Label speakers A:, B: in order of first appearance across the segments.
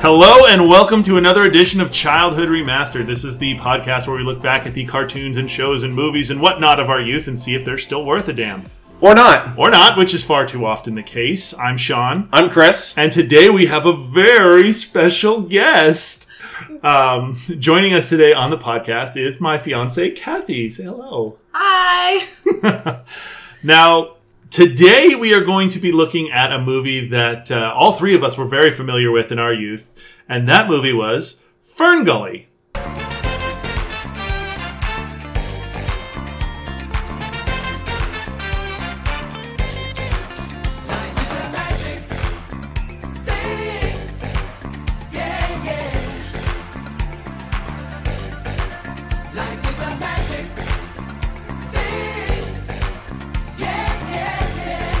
A: Hello and welcome to another edition of Childhood Remastered. This is the podcast where we look back at the cartoons and shows and movies and whatnot of our youth and see if they're still worth a damn.
B: Or not.
A: Or not, which is far too often the case. I'm Sean,
B: I'm Chris.
A: and today we have a very special guest. Um, joining us today on the podcast is my fiance, Kathy. Say hello.
C: Hi.
A: Now, today we are going to be looking at a movie that uh, all three of us were very familiar with in our youth, and that movie was Fern Gully.
D: It's a magic thing. Yeah, yeah. Life is a magic thing. Yeah, yeah, yeah.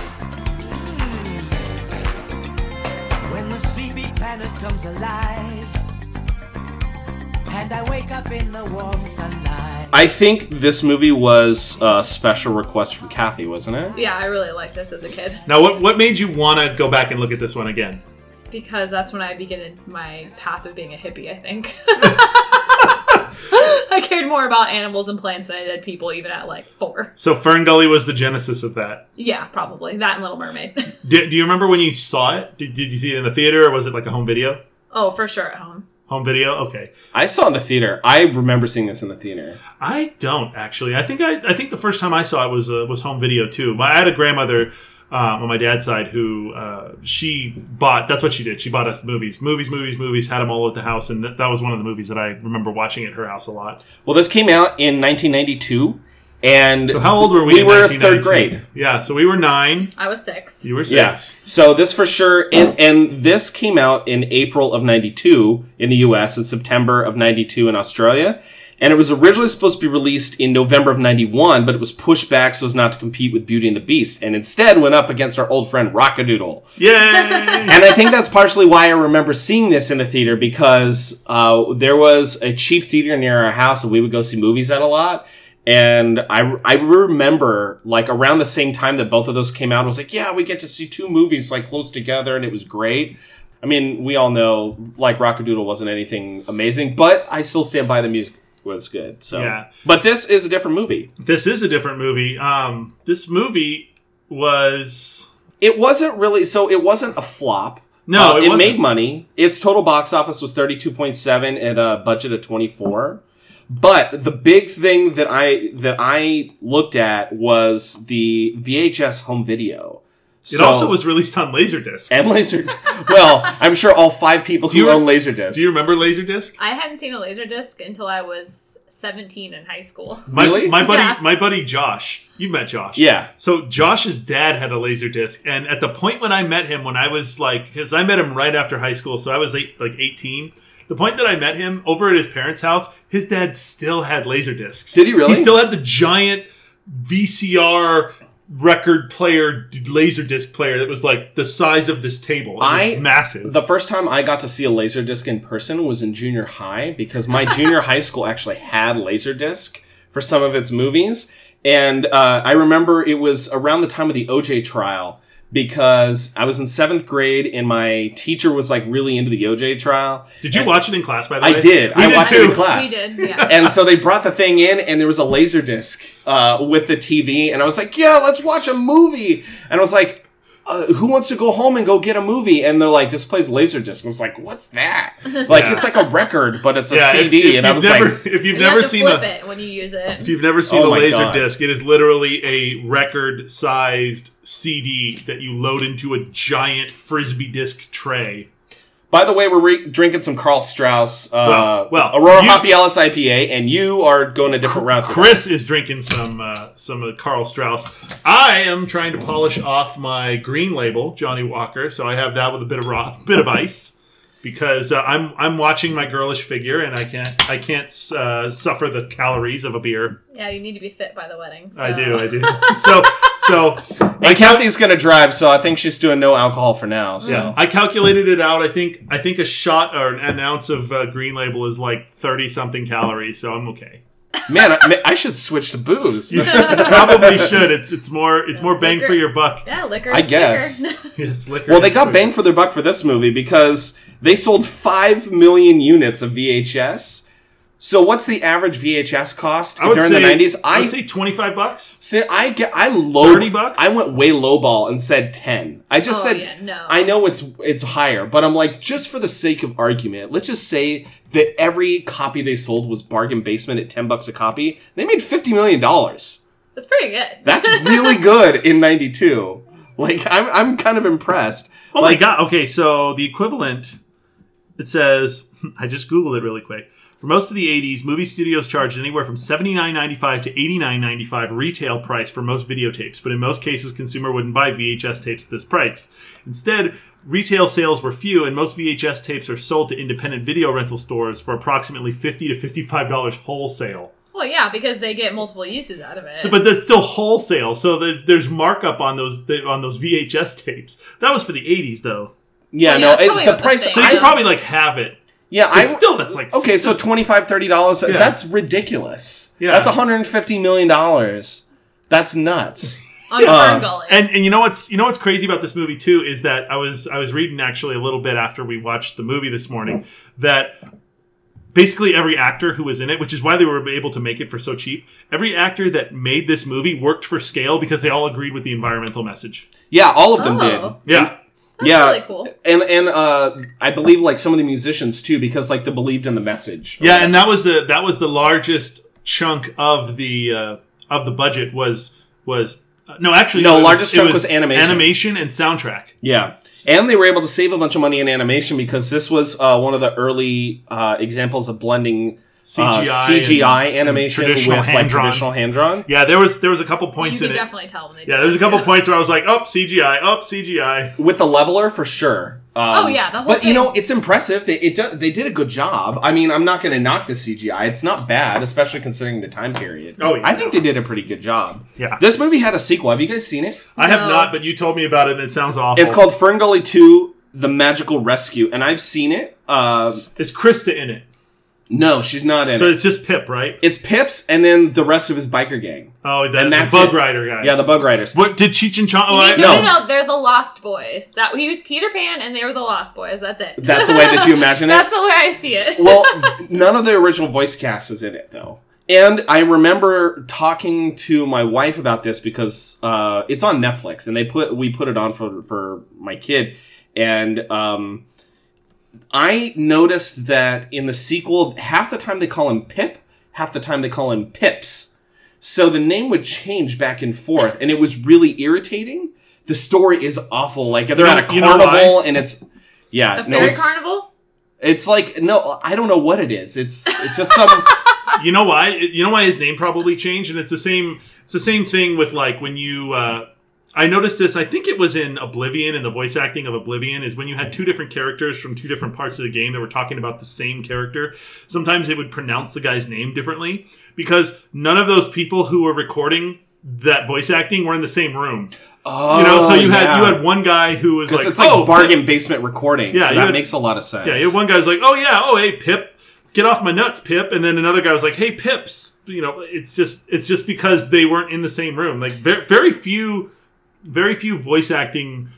D: When the sleepy planet comes alive, and I wake up in the warm sunlight.
B: I think this movie was a special request from Kathy, wasn't it?
C: Yeah, I really liked this as a kid
A: Now, what what made you want to go back and look at this one again?
C: because that's when I began my path of being a hippie, I think. I cared more about animals and plants than I did people, even at like four.
A: So, Fern Gully was the genesis of that.
C: Yeah, probably. That and Little Mermaid.
A: Do, do you remember when you saw it? Did, did you see it in the theater or was it like a home video?
C: oh, for sure at home.
A: Home video? Okay.
B: I saw it in the theater. I remember seeing this in the theater.
A: I don't actually. I think I, I think the first time I saw it was uh, was home video too. My, I had a grandmother um, on my dad's side who uh, she bought. That's what she did. She bought us movies, movies, movies, movies. Had them all at the house, and that that was one of the movies that I remember watching at her house a lot.
B: Well, this came out in 1992, and
A: So how old were we?
B: We
A: in
B: were third
A: 1992?
B: grade.
A: Yeah. So we were nine.
C: I was six.
A: You were six.
B: Yes. So this for sure, and and this came out in April of '92 in the U.S. and September of '92 in Australia, and it was originally supposed to be released in November of '91, but it was pushed back so as not to compete with Beauty and the Beast, and instead went up against our old friend Rockadoodle.
A: Yay!
B: and I think that's partially why I remember seeing this in the theater because uh, there was a cheap theater near our house and we would go see movies at a lot. And I, I remember like around the same time that both of those came out, I was like, yeah, we get to see two movies like close together and it was great. I mean, we all know like Rockadoodle wasn't anything amazing, but I still stand by the music was good. So,
A: Yeah.
B: but this is a different movie.
A: this is a different movie. Um, this movie was
B: It wasn't really so. It wasn't a flop.
A: No,
B: Uh,
A: it
B: it,
A: wasn't.
B: made money. Its total box office was thirty two point seven and a budget of twenty four. But the big thing that I that I looked at was the VHS home video.
A: it also was released on Laserdisc.
B: and laser. well, I'm sure all five people
A: you
B: who
A: re-
B: own Laserdisc.
A: Do you remember Laserdisc?
C: I hadn't seen a laser disc until I was 17 in high school.
A: My,
B: Really?
A: my buddy,
C: Yeah.
A: my buddy Josh. You've met Josh,
B: Yeah.
A: So Josh's dad had a laser disc, and at the point when I met him, when I was like, because I met him right after high school, so I was eight, like eighteen. The point that I met him over at his parents' house, his dad still had laser discs.
B: Did he really?
A: He still had the giant VCR record player d- laser disc player that was like the size of this table. It was
B: I-
A: massive.
B: The first time I got to see a Laserdisc in person was in junior high because my junior high school actually had Laserdisc for some of its movies. And uh, I remember it was around the time of the OJ trial because I was in seventh grade and my teacher was like really into the OJ trial.
A: did you watch it in class? By the
B: I
A: way,
B: did.
A: We
B: I watched it
A: too.
B: in class.
C: We did, yeah.
B: And so they brought the thing in, and there was a laser disc uh, with the TV, and I was like, "Yeah, let's watch a movie." And I was like, uh, "Who wants to go home and go get a movie?" And they're like, "This plays laser disc." I was like, "What's that?" Like
A: Yeah.
B: it's like a record, but it's a
A: Yeah, if-
B: CD.
A: if
B: and I
A: you've
B: was
A: never,
B: like,
A: if you've
C: You
A: never
C: have to
A: seen
C: flip
A: a,
C: it when you use it.
A: If you've never seen
B: Oh
A: the
B: my
A: laser
B: God.
A: disc, it is literally a record sized CD that you load into a giant frisbee disc tray.
B: "By the way, we're re- drinking some Carl Strauss, uh,
A: Well, well,
B: Aurora
A: you-
B: Hoppy Ellis IPA, and you are going a different route." today.
A: Chris is drinking some uh, some of Carl Strauss. I am trying to polish off my green label Johnny Walker, so I have that with a bit of raw, bit of ice because uh, I'm I'm watching my girlish figure and I can't I can't uh, suffer the calories of a beer.
C: Yeah, you need to be fit by the wedding.
A: I
C: so-
A: do, I do. So so
B: And Kathy's going to drive, so I think she's doing no alcohol for now. So.
A: Yeah, I calculated it out. I think I think a shot or an ounce of uh, Green Label is like thirty something calories, so I'm okay.
B: Man, I, I should switch to booze.
A: You probably should. It's it's more it's more bang for
C: Liquor.
A: your buck.
C: Yeah, liquor.
B: I
C: is
B: guess.
C: liquor.
A: Yes, liquor.
B: Well, they
A: is
B: got
A: sweet.
B: bang for their buck for this movie because they sold 5 million units of VHS. So what's the average VHS cost
A: I would
B: during
A: say,
B: the 90s?
A: I would
B: I
A: say twenty five bucks.
B: see, I get I low
A: 30 bucks?
B: I went way lowball and said 10. I just
C: Oh,
B: said
C: yeah, no.
B: I know it's it's higher, but I'm like just for the sake of argument, let's just say that every copy they sold was bargain basement at 10 bucks a copy. They made 50 million dollars.
C: That's pretty good.
B: That's really good in 92. Like I'm I'm kind of impressed.
A: Oh
B: like
A: my god. Okay, so the equivalent it says I just googled it really quick. For most of the 80s, movie studios charged anywhere from $79.95 to $89.95 retail price for most videotapes, but in most cases, consumer wouldn't buy VHS tapes at this price. Instead, retail sales were few, and most VHS tapes are sold to independent video rental stores for approximately $50 to $55 wholesale.
C: well, yeah, because they get multiple uses out of it.
A: So, but that's still wholesale, so there- there's markup on those on those VHS tapes. That was for the 80s, though.
B: Yeah,
C: Well, yeah,
B: no,
C: it's probably
B: it, the
C: about the
B: price.
C: same.
A: So you
B: I,
A: could probably like have it.
B: yeah, I
A: But still, that's like
B: okay. So 25 30 dollars.
A: Yeah.
B: That's ridiculous.
A: Yeah.
B: that's 150 million dollars. That's nuts.
C: on
B: uh,
C: Fern Gully.
A: And and you know what's you know what's crazy about this movie too is that I was I was reading actually a little bit after we watched the movie this morning that basically every actor who was in it, which is why they were able to make it for so cheap, every actor that made this movie worked for scale because they all agreed with the environmental message.
B: Yeah, all of them
C: Oh.
B: did.
A: Yeah.
C: That's
B: yeah.
C: really cool.
B: And and uh, I believe like some of the musicians too because like they believed in the message.
A: Yeah, and that was the that was the largest chunk of the uh, of the budget was was uh, no actually
B: No,
A: it
B: largest
A: it
B: chunk was animation.
A: animation and soundtrack.
B: Yeah, and they were able to save a bunch of money in animation because this was uh, one of the early uh, examples of blending uh,
A: CGI and-
B: CGI
A: and
B: animation
A: traditional
B: with like
A: hand-drawn.
B: traditional hand drawn.
A: Yeah, there was there was a couple
C: You
A: points
C: can
A: in it.
C: definitely tell when they.
A: Yeah,
C: do
A: there's a
C: it.
A: couple points where I was like, up CGI, up CGI.
B: with the leveler for sure. Um,
C: Oh, yeah, the whole
B: But you
C: thing.
B: know, it's impressive. They it do, they did a good job. I mean, I'm not going to knock the CGI. It's not bad, especially considering the time period.
A: Oh, yeah.
B: I think they did a pretty good job.
A: Yeah. Oh.
B: This movie had a sequel. Have you guys seen it?
A: I have
C: No.
A: not, but you told me about it and it sounds awful.
B: It's called Ferngully Two: The Magical Rescue, and I've seen it. Um
A: Is Krista in it?
B: no, she's not in
A: So
B: it.
A: it's just Pip, right?
B: It's Pips, and then the rest of his biker gang.
A: Oh, the,
B: And
A: the
B: that's
A: Bug
B: it.
A: Rider guys.
B: Yeah, the Bug Riders.
A: What did Cheech and Chong? Oh, I-
C: You- no,
B: No.
C: no, no, They're the Lost Boys. That he was Peter Pan, and they were the Lost Boys. That's it.
B: That's the way that you imagine it?
C: That's the way I see it.
B: well, none of the original voice cast is in it though. And I remember talking to my wife about this because uh, it's on Netflix, and they put we put it on for for my kid, and um, I noticed that in the sequel, half the time they call him Pip, half the time they call him Pips. So the name would change back and forth, and it was really irritating. The story is awful. Like they're at a
A: You know- you know why?
B: carnival, and it's yeah,
C: The Fairy
B: it's-
C: Carnival.
B: it's like no, I don't know what it is. It's it's just some.
A: you know why? You know why his name probably changed, and it's the same. It's the same thing with like when you. Uh, I noticed this. I think it was in Oblivion, and the voice acting of Oblivion is when you had two different characters from two different parts of the game that were talking about the same character. Sometimes they would pronounce the guy's name differently because none of those people who were recording that voice acting were in the same room.
B: oh,
A: You know, so you
B: yeah.
A: had you had one guy who was
B: 'Cause
A: like,
B: it's like
A: "Oh,
B: bargain basement recording.
A: Yeah,
B: so
A: you
B: that
A: had-
B: makes a lot of sense.
A: Yeah, you had one guy's like, "Oh yeah, oh hey Pip, get off my nuts, Pip," and then another guy was like, "Hey Pips," you know. It's just it's just because they weren't in the same room. Like very, very few, very few voice acting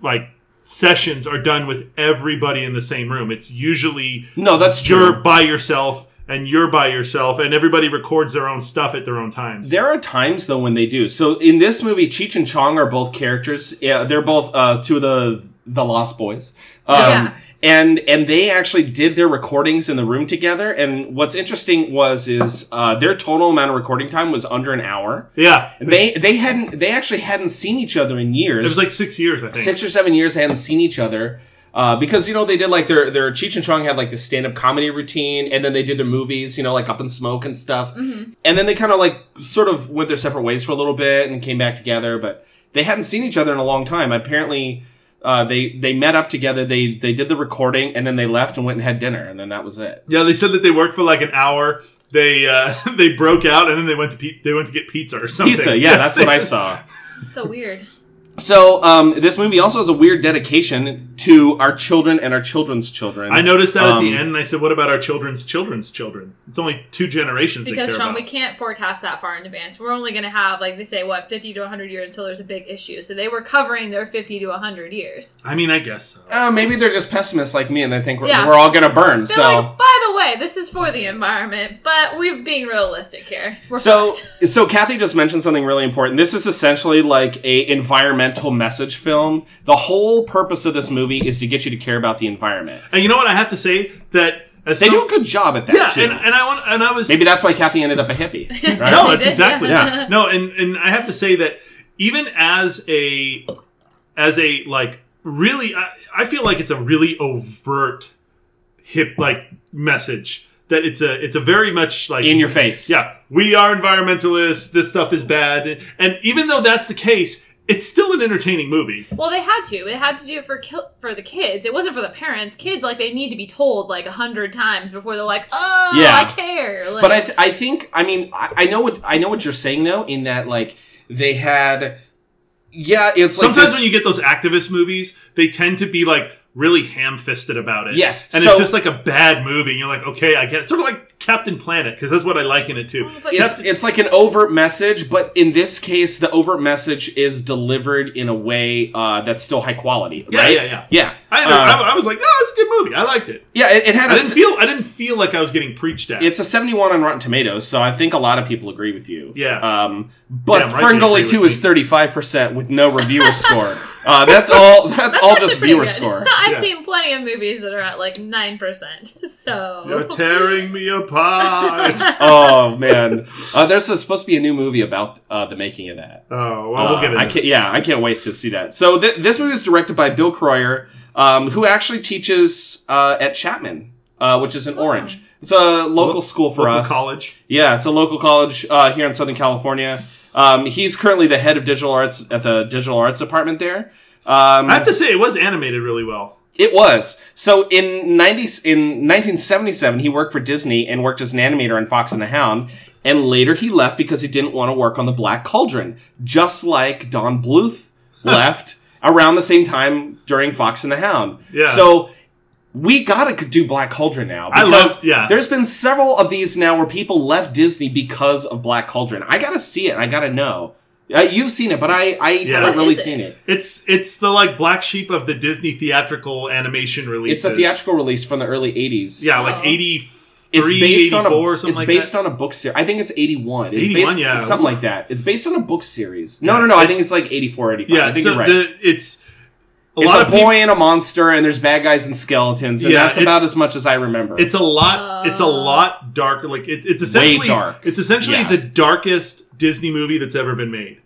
A: like sessions are done with everybody in the same room. It's usually
B: no, that's
A: you're
B: true.
A: by yourself and you're by yourself, and everybody records their own stuff at their own times.
B: There are times though when they do. So in this movie, Cheech and Chong are both characters. Yeah, they're both uh, two of the the Lost Boys. Um,
C: Yeah.
B: And and they actually did their recordings in the room together. And what's interesting was is uh, their total amount of recording time was under an hour.
A: yeah, it
B: They they hadn't they actually hadn't seen each other in years.
A: was like six years, I think.
B: six or seven years they hadn't seen each other uh, because you know they did like their their Cheech and Chong had like the stand up comedy routine, and then they did their movies, you know, like Up in Smoke and stuff, and then they kind of like sort of went their separate ways for a little bit and came back together, but they hadn't seen each other in a long time. Apparently, uh, they they met up together, they they did the recording, and then they left and went and had dinner, and then that was it.
A: Yeah, they said that they worked for like an hour. They uh, they broke out and then they went to pe- they went to get pizza or something.
B: Pizza, yeah, that's what I saw.
C: It's so weird.
B: So um, this movie also has a weird dedication to our children and our children's children.
A: I noticed that at the
B: Um,
A: end, and I said, "What about our children's children's children?" It's only two generations. they
C: Because
A: care
C: Sean,
A: about.
C: we can't forecast that far in advance. We're only going to have, like they say, what fifty to hundred years till there's a big issue. So they were covering their fifty to hundred years.
A: I mean, I guess so.
B: Uh, maybe they're just pessimists like me, and they think we're,
C: Yeah.
B: we're all gonna burn.
C: They're
B: so
C: like, by the way, this is for the environment, but we're being realistic here. We're
B: So,
C: fucked.
B: so Kathy just mentioned something really important. This is essentially like a environmental message film. The whole purpose of this movie is to get you to care about the environment.
A: and you know what? I have to say that as
B: They
A: some-
B: do a good job at that
A: yeah,
B: too.
A: and, and I want, and I was
B: Maybe that's why Kathy ended up a hippie. Right?
A: no,
C: They
A: that's
C: did,
A: exactly
C: yeah.
A: yeah. no, and and I have to say that even as a as a like really, I, I feel like it's a really overt hip like message that it's a it's a very much like
B: in your face.
A: yeah we are environmentalists. This stuff is bad, and even though that's the case, it's still an entertaining movie.
C: well, they had to. They had to do it for ki- for the kids. It wasn't for the parents. Kids like they need to be told like a hundred times before they're like, oh,
B: Yeah.
C: I care. Like,
B: But I, th- I think, I mean, I, I know what I know what you're saying though. In that, like, they had, yeah, it's like
A: Sometimes
B: this-
A: when you get those activist movies, they tend to be like really ham fisted about it.
B: Yes,
A: And
B: so-
A: it's just like a bad movie. And you're like, okay, I get it. Sort of like Captain Planet, because that's what I liken it to.
C: Oh, but-
B: it's,
A: Captain-
B: it's like an overt message, but in this case, the overt message is delivered in a way uh, that's still high quality.
A: Yeah,
B: right?
A: yeah, yeah.
B: yeah.
A: I, had a-
B: Uh,
A: I- I was like, no, it's a good movie. I liked it.
B: yeah, it, it had
A: I
B: a.
A: didn't
B: se-
A: feel I didn't feel like I was getting preached at.
B: it's a 71 on Rotten Tomatoes, so I think a lot of people agree with you.
A: Yeah.
B: Um, but
A: Damn right they agree
B: Ferngully
A: with
B: 2 is
A: me.
B: 35% with no reviewer score. Uh, that's all that's, all
C: actually
B: just
C: pretty
B: viewer
C: good.
B: score.
C: I've
A: Yeah.
C: seen plenty of movies that are at like nine percent. So
A: you're tearing me apart.
B: Oh man. Uh, there's a- supposed to be a new movie about uh, the making of that.
A: oh, well, we'll
B: Uh,
A: get into
B: I
A: it.
B: can't, yeah, I can't wait to see that. So th- this movie is directed by Bill Croyer, um, who actually teaches uh, at Chapman, uh, which is in Orange. It's a local
A: Lo-
B: school for
A: Local
B: us.
A: college.
B: Yeah, it's a local college uh, here in Southern California. Um, he's currently the head of digital arts at the digital arts department there. Um,
A: I have to say, it was animated really well.
B: it was so in ninety in 1977 he worked for Disney and worked as an animator on Fox and the Hound, and later he left because he didn't want to work on the Black Cauldron, just like Don Bluth left around the same time during Fox and the Hound.
A: Yeah.
B: So we gotta do Black Cauldron now.
A: I
B: because
A: love- yeah.
B: There's been several of these now where people left Disney because of Black Cauldron. I gotta see it. I gotta know. Uh, you've seen it, but I I
A: Yeah.
B: haven't
A: What
B: really
C: is it?
B: seen it.
A: It's it's the like black sheep of the Disney theatrical animation
B: It's
A: releases.
B: a theatrical release from the early '80s.
A: Yeah, like
C: Oh.
A: 83,
B: it's based on
A: 84,
B: a
A: something
B: it's
A: like
B: based
A: that.
B: on a book series. I think it's eighty one. It's
A: 81,
B: based,
A: yeah.
B: something like that. It's based on a book series. No, no, no. I think it's like 84, 85.
A: yeah,
B: I think
A: so
B: you're right.
A: the, it's a
B: it's
A: lot
B: a
A: of
B: boy
A: people.
B: and a monster, and there's bad guys and skeletons, and
A: Yeah,
B: that's about
A: it's-
B: as much as I remember.
A: It's a lot.
C: Uh.
A: It's a lot darker. Like it, it's essentially
B: dark.
A: It's essentially
B: Yeah.
A: the darkest Disney movie that's ever been made.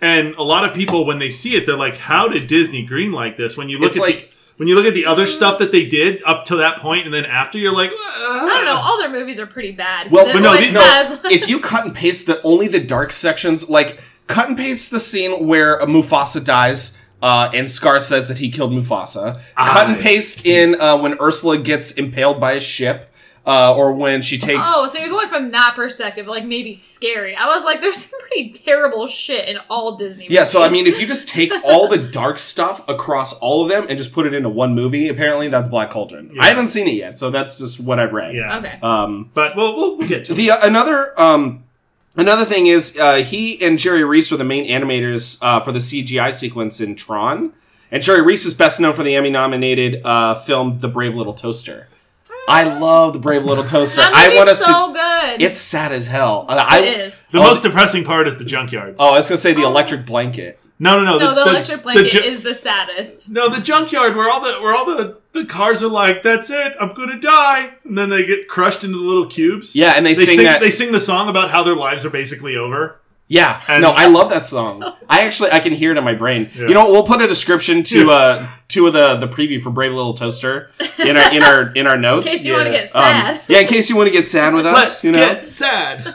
A: And a lot of people, when they see it, they're like, "How did Disney green like this?" When you look
B: It's
A: at
B: like-
A: the, when you look at the other stuff that they did up to that point, and then after, you're like, "Ah."
C: I don't know. All their movies are pretty bad. 'cause
B: Well, but
A: no,
C: everyone
A: these-
B: no,
C: says-
B: if you cut and paste the only the dark sections, like cut and paste the scene where uh, Mufasa dies. Uh, and Scar says that he killed Mufasa. Cut and
A: I-
B: paste in uh, when Ursula gets impaled by a ship, uh, or when she takes.
C: Oh, so you're going from that perspective, like maybe scary. I was like, there's some pretty terrible shit in all Disney.
B: Yeah, so I
C: movies.
B: mean, if you just take all the dark stuff across all of them and just put it into one movie, apparently that's Black Cauldron. I
A: Yeah.
B: haven't seen it yet, so that's just what I've read.
A: yeah."
C: okay,
B: Um,
A: But well, we'll, we'll get to it.
B: the uh, another um, another thing is uh, he and Jerry Reese were the main animators uh, for the CGI sequence in Tron, and Jerry Reese is best known for the Emmy-nominated uh, film The Brave Little Toaster. I love The Brave Little Toaster.
C: that
B: I want us
C: movie's so
B: to.
C: good.
B: It's sad as hell. Uh, I,
C: it is.
A: The
B: Oh,
A: most depressing part is the junkyard.
B: Oh, I was gonna say the electric blanket.
A: No, no, no.
C: No, the, electric blanket
A: ju-
C: is the saddest.
A: No, the junkyard where all the where all the the cars are like, "That's it, I'm gonna die," and then they get crushed into little cubes.
B: Yeah, and they,
A: they sing,
B: that.
A: they sing the song about how their lives are basically over.
B: Yeah,
A: And-
B: no, I love that song. I actually I can hear it in my brain.
A: Yeah.
B: You know, what, we'll put a description to
A: Yeah.
B: uh two of the the preview for Brave Little Toaster in our in our in our notes.
C: In case you want to
A: yeah.
C: get
B: Um,
C: sad.
B: yeah, in case you want to get sad with us,
A: Let's
B: you know.
A: get sad.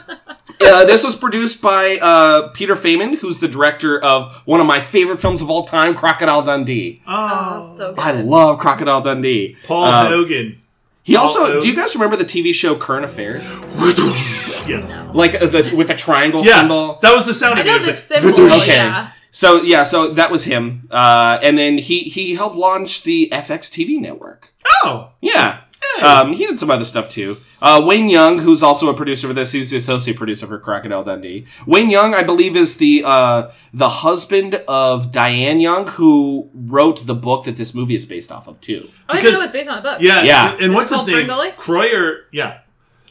B: Uh, this was produced by uh, Peter Feynman, who's the director of one of my favorite films of all time, Crocodile Dundee.
A: Oh,
C: oh, so good.
B: I love Crocodile Dundee.
A: Paul
B: Uh,
A: Hogan.
B: He
A: Paul
B: also,
A: Hogan.
B: do you guys remember the TV show Current Affairs?
A: Yes.
B: Like uh, the with the triangle
A: Yeah,
B: symbol.
A: that was the sound
C: I
A: of
C: know
A: it. It
C: the
A: was like-
C: symbol.
B: Okay.
C: Yeah.
B: So yeah, so that was him, uh, and then he he helped launch the FX TV network.
A: Oh,
B: Yeah. Um, he did some other stuff too. Uh, Wayne Young, who's also a producer for this, he's the associate producer for Crocodile Dundee. Wayne Young, I believe, is the uh, the husband of Diane Young, who wrote the book that this movie is based off of too.
C: Oh, I didn't know
A: Because-
C: it was based on a book.
A: yeah,
B: Yeah.
A: And, and what's
C: Is it
A: his name?
C: called Ferngully?
A: Croyer. Yeah,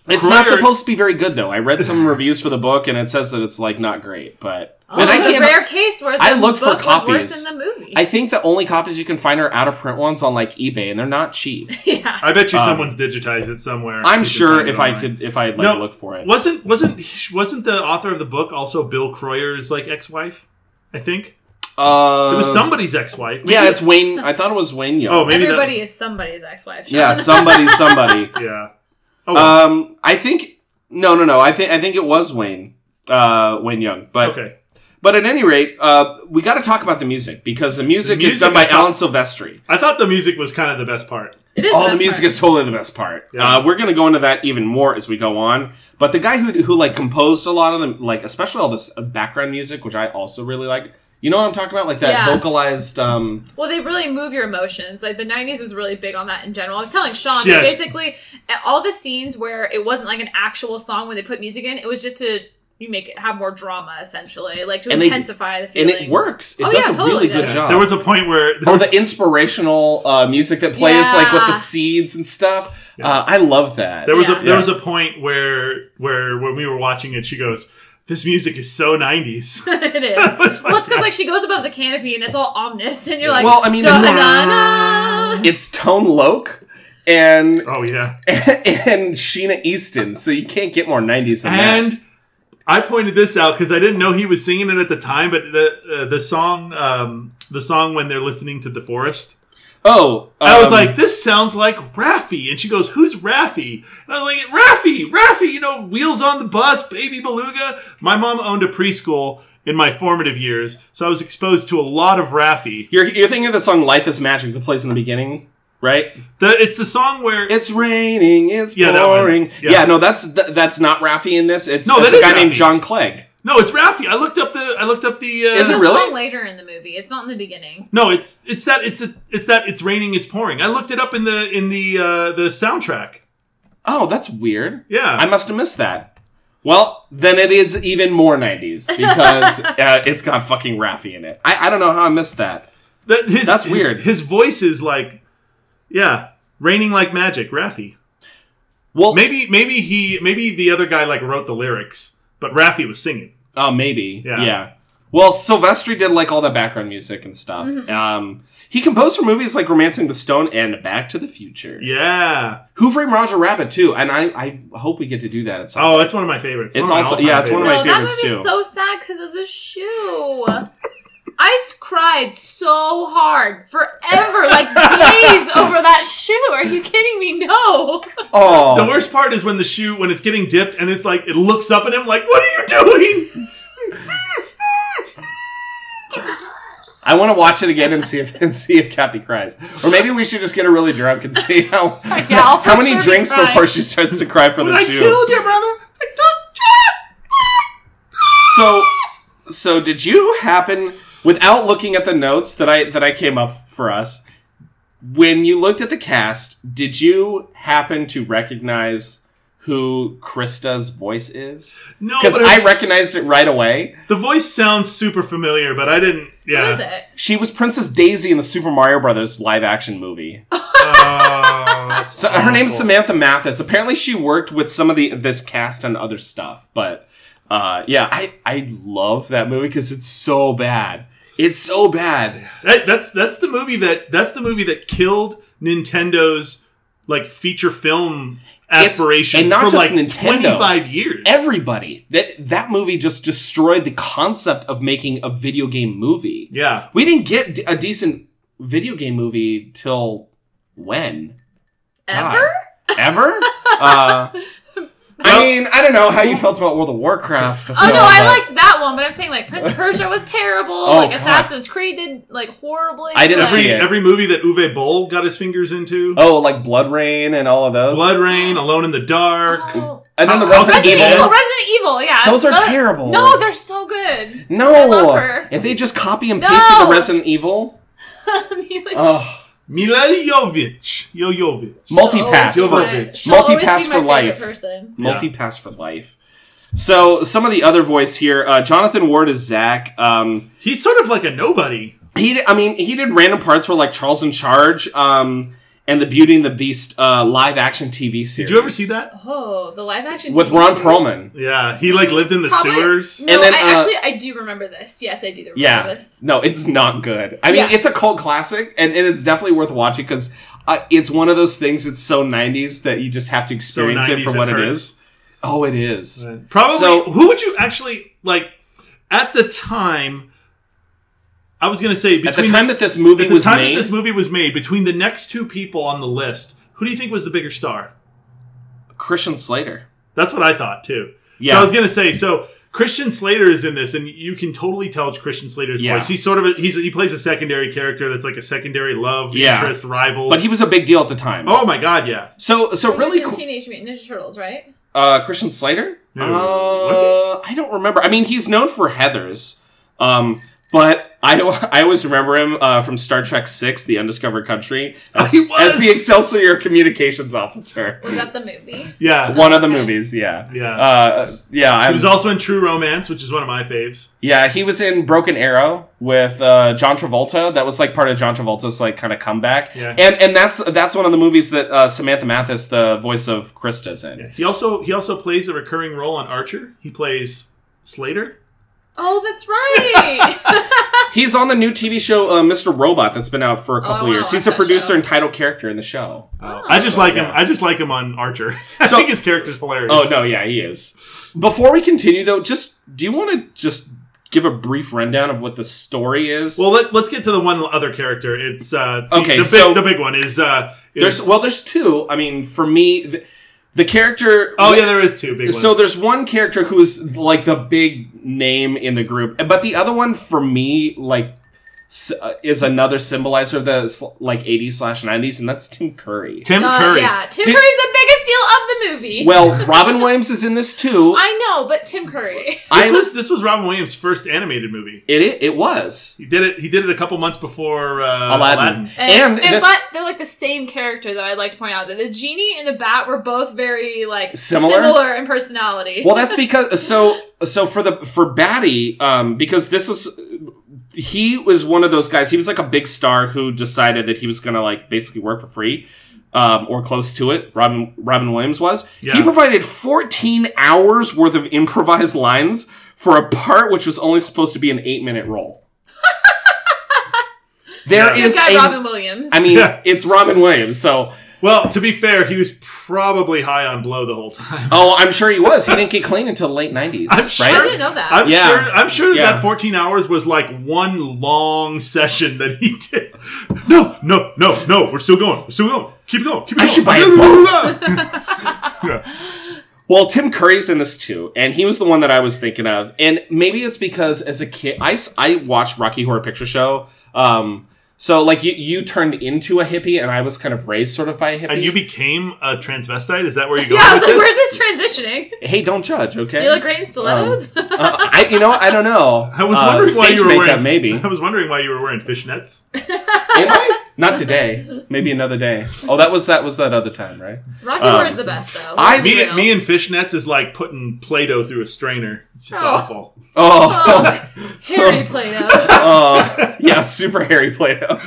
B: It's not
A: Croyer-
B: supposed to be very good though. I read some reviews for the book, and it says that it's like not great. But
C: Oh,
B: and I
C: it's a
B: can't.
C: rare case where the
B: I looked for
C: book was
B: copies.
C: worse than the movie.
B: I think the only copies you can find are out of print ones on like eBay, and they're not cheap.
C: yeah.
A: I bet you
B: Um,
A: someone's digitized it somewhere. You
B: I'm
A: can
B: sure
A: find it
B: if I
A: online.
B: could, if I like
A: No.
B: look for it.
A: Wasn't wasn't wasn't the author of the book also Bill Croyer's like ex-wife? I think
B: Uh,
A: it was somebody's ex-wife.
B: Yeah, it's Wayne. I thought it was Wayne Young.
A: Oh, maybe that
C: Everybody is somebody's ex-wife.
B: Yeah, somebody, somebody.
A: yeah. Oh, well.
B: Um, I think no, no, no. I think I think it was Wayne, uh, Wayne Young. But
A: okay.
B: but at any rate, uh, we got to talk about the music because the music, is
A: music
B: done by
A: is-
B: Alan Silvestri.
A: I thought the music was kind of the best part.
C: It is
B: Oh,
C: best
B: the music
C: part.
B: is totally the best part.
A: Yeah.
B: Uh, we're gonna go into that even more as we go on. But the guy who who like composed a lot of them, like especially all this uh, background music, which I also really like. You know what I'm talking about? Like that
C: Yeah.
B: vocalized. Um,
C: Well, they really move your emotions. Like the '90s was really big on that in general. I was telling Sean that
A: Yes.
C: basically all the scenes where it wasn't like an actual song when they put music in, it was just to you make it have more drama essentially, like to
B: And they d-
C: intensify the
B: and
C: feelings.
B: it works. It
C: oh
B: does
C: yeah,
B: a
C: totally
B: really good
C: does.
B: job. Yeah.
A: There was a point where
B: or the inspirational uh, music that plays like with the
C: Yeah.
B: seeds and stuff. Uh, I love that.
A: There was a
C: Yeah.
A: there was a point where where when we were watching it, she goes, "This music is so '90s."
C: it is. well, it's because like she goes above the canopy and it's all ominous, and you're like,
B: Well, I mean, it's-
C: "Da-da-da-da."
B: it's Tone Loc and
A: oh yeah,
B: and Sheena Easton, so you can't get more '90s than that.
A: and I pointed this out because I didn't know he was singing it at the time, but the uh, the song um, the song when they're listening to the forest.
B: Oh,
A: I was
B: um,
A: like, this sounds like Raffy. And she goes, Who's Raffy? And I was like, Raffy, Raffy, you know, wheels on the bus, baby beluga. My mom owned a preschool in my formative years, so I was exposed to a lot of Raffy.
B: you're you're thinking of the song "Life Is Magic" that plays in the beginning, right?
A: The, it's the song where
B: It's raining, it's
A: Yeah, that one.
B: pouring. Yeah.
A: Yeah.
B: no, that's th- that's not Raffy in this. It's,
A: No,
B: it's
A: that
B: a
A: is
B: guy named
A: Raffi.
B: John Clegg.
A: No, it's Raffy. I looked up the. I looked up the. Uh,
B: Is
C: It's
B: it
C: a
B: really?
C: song later in the movie. It's not in the beginning.
A: No, it's it's that it's a, it's that it's raining. It's pouring. I looked it up in the in the uh, the soundtrack.
B: Oh, that's weird.
A: Yeah.
B: I must have missed that. Well, then it is even more '90s because uh, it's got fucking Raffy in it. I, I don't know how I missed that.
A: that, his,
B: That's
A: his-
B: weird.
A: His voice is like, yeah, raining like magic. Raffy.
B: Well,
A: Maybe maybe he maybe the other guy like wrote the lyrics, but Raffy was singing.
B: Oh, maybe. Yeah.
A: Yeah.
B: Well, Silvestri did like all the background music and stuff. Um, he composed for movies like *Romancing the Stone* and *Back to the Future*.
A: Yeah.
B: *Who Framed Roger Rabbit* too, and I, I hope we get to do that at some.
A: Oh, it's one of my favorites.
B: It's
A: one of my
B: also-
A: all-time
B: yeah, it's one of
A: favorites.
B: my
C: no, that
B: favorites,
C: movie's
B: too.
C: so sad because of the shoe. I s- cried so hard forever, like days over that shoe. Are you kidding me? No.
B: Oh,
A: The worst part is when the shoe when it's getting dipped and it's like it looks up at him like, what are you doing?
B: I want to watch it again and see if and see if Kathy cries, or maybe we should just get her really drunk and see how
C: Yeah, I'll
B: how
C: for
B: many
C: sure be
B: drinks
C: crying.
B: before she starts to cry for
A: When
B: the
A: I
B: shoe.
A: killed your brother. I don't
B: So, so did you happen without looking at the notes that I that I came up for us? When you looked at the cast, did you happen to recognize who Krista's voice is?
A: No,
B: Because
A: but
B: I recognized it right away.
A: The voice sounds super familiar, but I didn't. Yeah.
C: What is it?
B: She was Princess Daisy in the Super Mario Brothers live action movie.
A: Oh,
B: So her name's Samantha Mathis. Apparently, she worked with some of the this cast and other stuff. But uh, yeah, I I love that movie because it's so bad. It's so bad.
A: That, that's that's the movie that that's the movie that killed Nintendo's like feature film
B: It's-
A: aspirations
B: and not
A: for
B: just
A: like
B: Nintendo.
A: twenty five years.
B: everybody. That that movie just destroyed the concept of making a video game movie.
A: yeah,
B: We didn't get d- a decent video game movie till when?
C: Ever?
B: Ever? uh, I
A: Well-
B: mean, I don't know how you felt about World of Warcraft. the
C: Oh
B: film,
C: no, I
B: but
C: liked that one, but I'm saying like Prince of Persia was terrible. like
B: Oh, God.
C: Assassin's Creed did like horribly.
B: I didn't
C: but-
A: every
B: see it.
A: every movie that Uwe Boll got his fingers into,
B: Oh, like Blood Rain and all of those.
A: Blood Rain, Alone in the Dark.
C: Oh.
B: and then the
A: Oh,
B: Resident
C: Resident
B: Evil.
C: Evil. Resident Evil, yeah.
B: Those are
C: But-
B: terrible.
C: No, they're so good. good.
B: No,
C: I love her.
B: if they just copy and paste
C: No!
B: the Resident Evil,
C: Amelia-
B: ugh.
A: Mila Jovovich. Jovovich.
B: multi pass,
C: She'll always be
A: Jovovich.
C: my- she'll always be
B: Multi-pass
C: my
B: for
C: favorite
B: life.
C: person.
B: multi pass for life. So some of the other voice here, uh, Jonathan Ward is Zach. Um,
A: He's sort of like a nobody.
B: he, did- I mean, he did random parts for like Charles in Charge, um, and the Beauty and the Beast uh, live action TV series.
A: Did you ever see that?
C: Oh, the live action
B: with
C: TV
B: Ron
C: show.
B: Perlman?
A: Yeah, he like lived in the
C: Probably-
A: sewers.
C: No,
B: And then,
C: I,
B: uh,
C: actually I do remember this. Yes, I do remember
B: Yeah.
C: this.
B: No, it's not good. I mean,
C: Yeah.
B: it's a cult classic, and, and it's definitely worth watching because uh, it's one of those things that's so 90s that you just have to experience it
A: 90s
B: for what
A: it
B: it
A: hurts.
B: is. Oh, it is.
A: Probably.
B: So-
A: who would you actually like at the time? I was gonna say between
B: At the time that this movie
A: at the
B: was
A: time
B: made,
A: that this movie was made, between the next two people on the list, who do you think was the bigger star?
B: Christian Slater.
A: That's what I thought too. Yeah,
B: Yeah.
A: I was gonna say so. Christian Slater is in this, and you can totally tell it's Christian Slater's
B: Yeah.
A: voice. He's sort of a, he's he plays a secondary character that's like a secondary love
B: Yeah.
A: interest rival.
B: But he was a big deal at the time.
A: oh my god, yeah,
B: So, so really
C: Really
B: cool.
C: Teenage Mutant Ninja Turtles, right?
B: Uh, Christian Slater?
A: No.
B: Uh,
A: Was
B: I don't remember. I mean, he's known for Heathers. Um, but I, I always remember him uh, from Star Trek Six, The Undiscovered Country, as,
A: Oh, He was!
B: as the Excelsior communications officer.
C: Was that the movie?
A: yeah.
B: One of the movies, yeah.
A: Yeah.
B: Uh, yeah,
A: he
B: I'm-
A: was also in True Romance, which is one of my faves.
B: yeah, he was in Broken Arrow with uh, John Travolta. That was like part of John Travolta's like kind of comeback.
A: Yeah.
B: And and that's that's one of the movies that uh, Samantha Mathis, the voice of Krista's in.
A: He also he also plays a recurring role on Archer. He plays Slater.
C: Oh, that's right.
B: He's on the new TV show uh, Mr. Robot that's been out for a
C: Oh, I
B: couple
C: wanna
B: years.
C: watch
B: He's a
C: that
B: producer
C: show.
B: and title character in the show.
C: Oh,
A: I just like him.
B: yeah.
A: I just like him on Archer. I
B: So-
A: think his character's hilarious.
B: Oh no, yeah, he is. Before we continue though, just do you want to just give a brief rundown of what the story is?
A: Well, let, let's get to the one other character. It's uh, the,
B: Okay,
A: The big,
B: so-
A: the big one is uh, is-
B: there's well, there's two. I mean, for me, the, the character.
A: oh yeah, there is two big ones.
B: So there's one character who is like the big name in the group, but the other one for me like s- uh, is another symbolizer of the sl- like 80s slash 90s, and that's Tim Curry.
A: Tim
C: Uh,
A: Curry.
C: Yeah, Tim
B: Did-
C: Curry's the biggest deal of the movie.
B: Well, Robin Williams is in this too.
C: I know, but Tim Curry.
A: This
B: I-
A: was this was Robin Williams' first animated movie.
B: It it, it was
A: He did it. He did it a couple months before uh,
B: Aladdin.
A: Aladdin.
B: And, this
C: but they're like the same character, though. I'd like to point out that the genie and the bat were both very like
B: Similar?
C: in personality.
B: well, that's because so so for the for Batty, um, because this is he was one of those guys. He was like a big star who decided that he was gonna like basically work for free. Um, or close to it, Robin Robin Williams was. He
A: Yeah.
B: provided 14 hours worth of improvised lines for a part which was only supposed to be an eight minute role. There
A: Yeah.
B: is
C: this guy
B: a-
C: Robin Williams.
B: I mean,
A: Yeah.
B: it's Robin Williams, so
A: Well, to be fair, he was probably high on blow the whole time.
B: Oh, I'm sure he was. He didn't get clean until the late 90s.
A: I'm
B: right?
A: sure.
C: I didn't know that.
A: I'm
B: Yeah.
A: sure. I'm sure that
B: Yeah.
A: that 14 hours was like one long session that he did. No, no, no, no. We're still going. We're still going. Keep it going. Keep it
B: I
A: going.
B: should buy a
A: Yeah.
B: Well, Tim Curry's in this too, and he was the one that I was thinking of. And maybe it's because as a kid, I, s- I watched Rocky Horror Picture Show. Um, so, like, you, you turned into a hippie, and I was kind of raised sort of by a hippie.
A: And you became a transvestite. Is that where you go?
C: yeah, I was
A: with
C: like,
A: this?
C: where's this transitioning?
B: hey, don't judge, okay?
C: Do you look great in stilettos?
B: Uh, I, you know, what? I don't know.
A: I was
B: Uh,
A: wondering why
B: stage
A: you were
B: makeup,
A: wearing.
B: maybe.
A: I
B: Am
A: was wondering why you were wearing fishnets.
B: I? Not today. Maybe another day. Oh, that was that was that other time, right?
C: Rocky
B: Um,
C: Horror is the best, though.
B: I-
A: me,
C: You know?
A: me and fishnets is like putting Play-Doh through a strainer. It's just
C: Oh.
A: awful.
B: Oh,
C: Harry Play-Doh.
B: uh, yeah, super Harry Plato.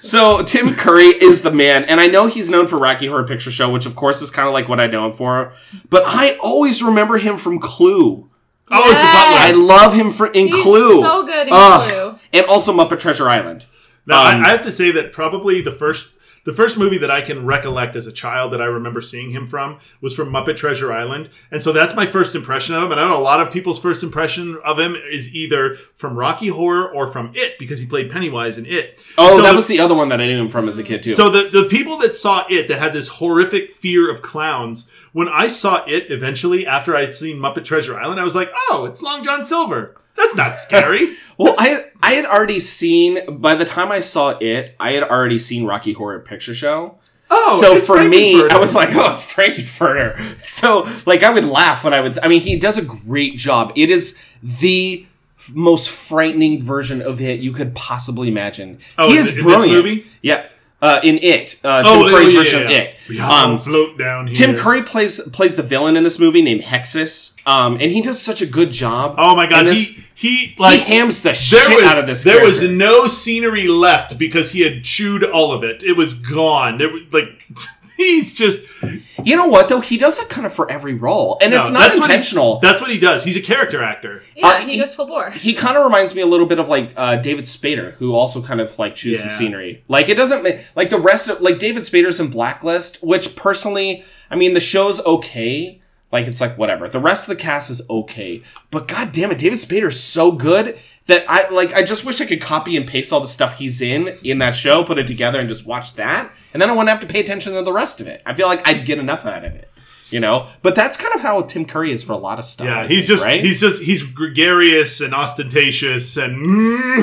B: So Tim Curry is the man, and I know he's known for Rocky Horror Picture Show, which of course is kind of like what I know him for. But I always remember him from Clue.
A: Oh, it's the butler.
B: I love him for in
C: He's
B: Clue.
C: so good in
B: Ugh.
C: Clue.
B: and also Muppet Treasure Island.
A: Now,
B: Um,
A: I, I have to say that probably the first the first movie that I can recollect as a child that I remember seeing him from was from Muppet Treasure Island, and so that's my first impression of him. And I know a lot of people's first impression of him is either from Rocky Horror or from It because he played Pennywise in It.
B: Oh,
A: So
B: that
A: the-
B: was the other one that I knew him from as a kid too.
A: So the, the people that saw it that had this horrific fear of clowns, when I saw it eventually after I'd seen Muppet Treasure Island, I was like, oh, it's Long John Silver. That's not scary.
B: well, I I had already seen by the time I saw it, I had already seen Rocky Horror Picture Show.
A: Oh,
B: so
A: it's
B: for me,
A: Frankenfurter.
B: I was like, oh, it's Frankenfurter. So like, I would laugh when I would. I mean, he does a great job. It is the most frightening version of it you could possibly imagine.
A: Oh,
B: he
A: in
B: is
A: th- in this
B: brilliant.
A: movie?
B: Yeah, uh, in it, uh,
A: oh,
B: Tim
A: yeah,
B: Curry's
A: yeah,
B: version
A: yeah.
B: of it.
A: We all
B: Um,
A: float down here.
B: Tim Curry plays plays the villain in this movie named Hexus, um, and he does such a good job.
A: Oh my god,
B: in this.
A: he he like
B: hams the
A: there
B: shit
A: was-
B: out of this
A: There was
B: character.
A: no scenery left because he had chewed all of it. It was gone. There was like he's just
B: you know what though? He does it kind of for every role, and it's
A: no,
B: not
A: that's what he-
B: intentional.
A: that's what he does. He's a character actor.
C: Yeah,
B: Uh,
C: and he,
B: he-
C: goes full bore.
B: he kind of reminds me a little bit of like uh, David Spader, who also kind of like chooses the
A: Yeah.
B: scenery. Like it doesn't ma- like the rest of like David Spader's in Blacklist, which personally, I mean, the show's okay. Like it's like whatever. The rest of the cast is okay, but god damn it, David Spader's so good that I like. I just wish I could copy and paste all the stuff he's in in that show, put it together, and just watch that, and then I wouldn't have to pay attention to the rest of it. I feel like I'd get enough out of it. You know, but that's kind of how Tim Curry is for a lot of stuff.
A: Yeah,
B: I
A: Uh, he's
B: think,
A: just
B: right?
A: he's just he's gregarious and ostentatious and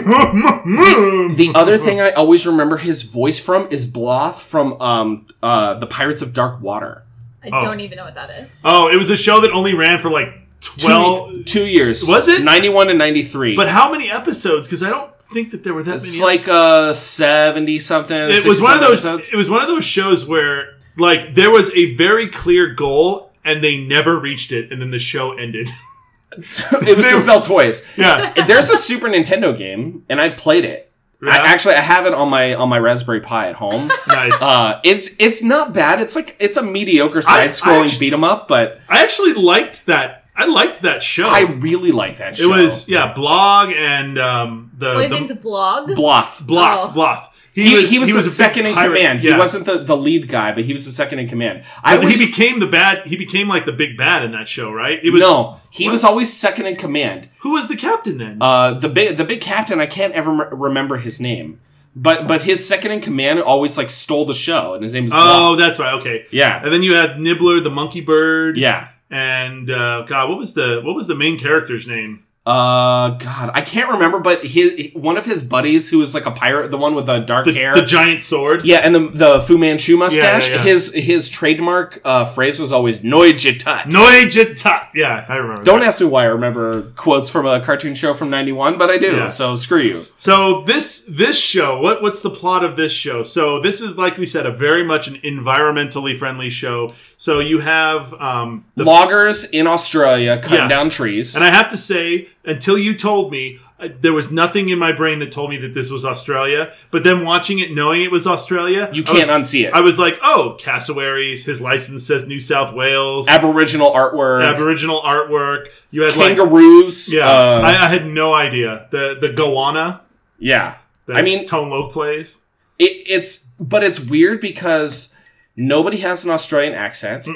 A: Uh-huh.
B: The other thing I always remember his voice from is Bloth from um uh the Pirates of Dark Water.
C: I
A: Oh.
C: don't even know what that is.
A: Oh, it was a show that only ran for like
B: Two,
A: 12
B: two years
A: was it?
B: ninety one and ninety three?
A: But how many episodes? Because I don't think that there were that
B: it's
A: many.
B: like uh seventy something.
A: it was one of those. It was one of those shows where like there was a very clear goal and they never reached it, and then the show ended.
B: it was to sell toys.
A: yeah,
B: There's a Super Nintendo game, and I played it. I,
A: Yeah?
B: actually, I have it on my on my Raspberry Pi at home.
A: nice.
B: Uh, it's it's not bad. It's like it's a mediocre side
A: I
B: scrolling
A: actu-
B: beat 'em up, but
A: I actually liked that. I liked that show.
B: I really like that.
A: it
B: Show.
A: was yeah, blog and um, the,
C: Well, his
A: the-
C: name's Blog.
B: Bloth.
A: Bloth.
C: Oh.
A: Bloth.
B: He, he, was, the
A: a big
B: second in
A: pirate.
B: command.
A: Yeah.
B: He wasn't the, the lead guy, but he was the second in command. I
A: But
B: was,
A: he became the bad. He became like the big bad in that show, right? It was
B: no, he
A: What?
B: was always second in command.
A: Who was the captain then?
B: Uh, the big the big captain, I can't ever me- remember his name, but but his second in command always like stole the show, and his name was
A: oh, that's right. Okay.
B: yeah,
A: And then you had Nibbler, the monkey bird.
B: yeah.
A: And uh, God, what was the what was the main character's name?
B: Uh, God, I can't remember, but his one of his buddies who was like a pirate, the one with the dark
A: The,
B: hair,
A: the giant sword.
B: yeah, and the the Fu Manchu mustache.
A: yeah.
B: His his trademark uh, phrase was always "Noijitut."
A: Noijita. Yeah, I remember.
B: Don't
A: that.
B: ask me why I remember quotes from a cartoon show from '91, but I do.
A: Yeah.
B: So screw you.
A: So this this show, what what's the plot of this show? So this is like we said, a very much an environmentally friendly show. So you have um, the
B: Loggers in Australia cutting
A: Yeah.
B: down trees.
A: And I have to say, until you told me, uh, there was nothing in my brain that told me that this was Australia. But then watching it, knowing it was Australia,
B: you
A: I was-
B: can't unsee it.
A: I was like, oh, cassowaries. His license says New South Wales.
B: Aboriginal artwork,
A: Aboriginal artwork. You had like,
B: kangaroos.
A: yeah.
B: uh,
A: I, I had no idea the the goanna.
B: yeah.
A: That
B: I mean-
A: Tone Loc plays.
B: It, it's but it's weird because nobody has an Australian accent,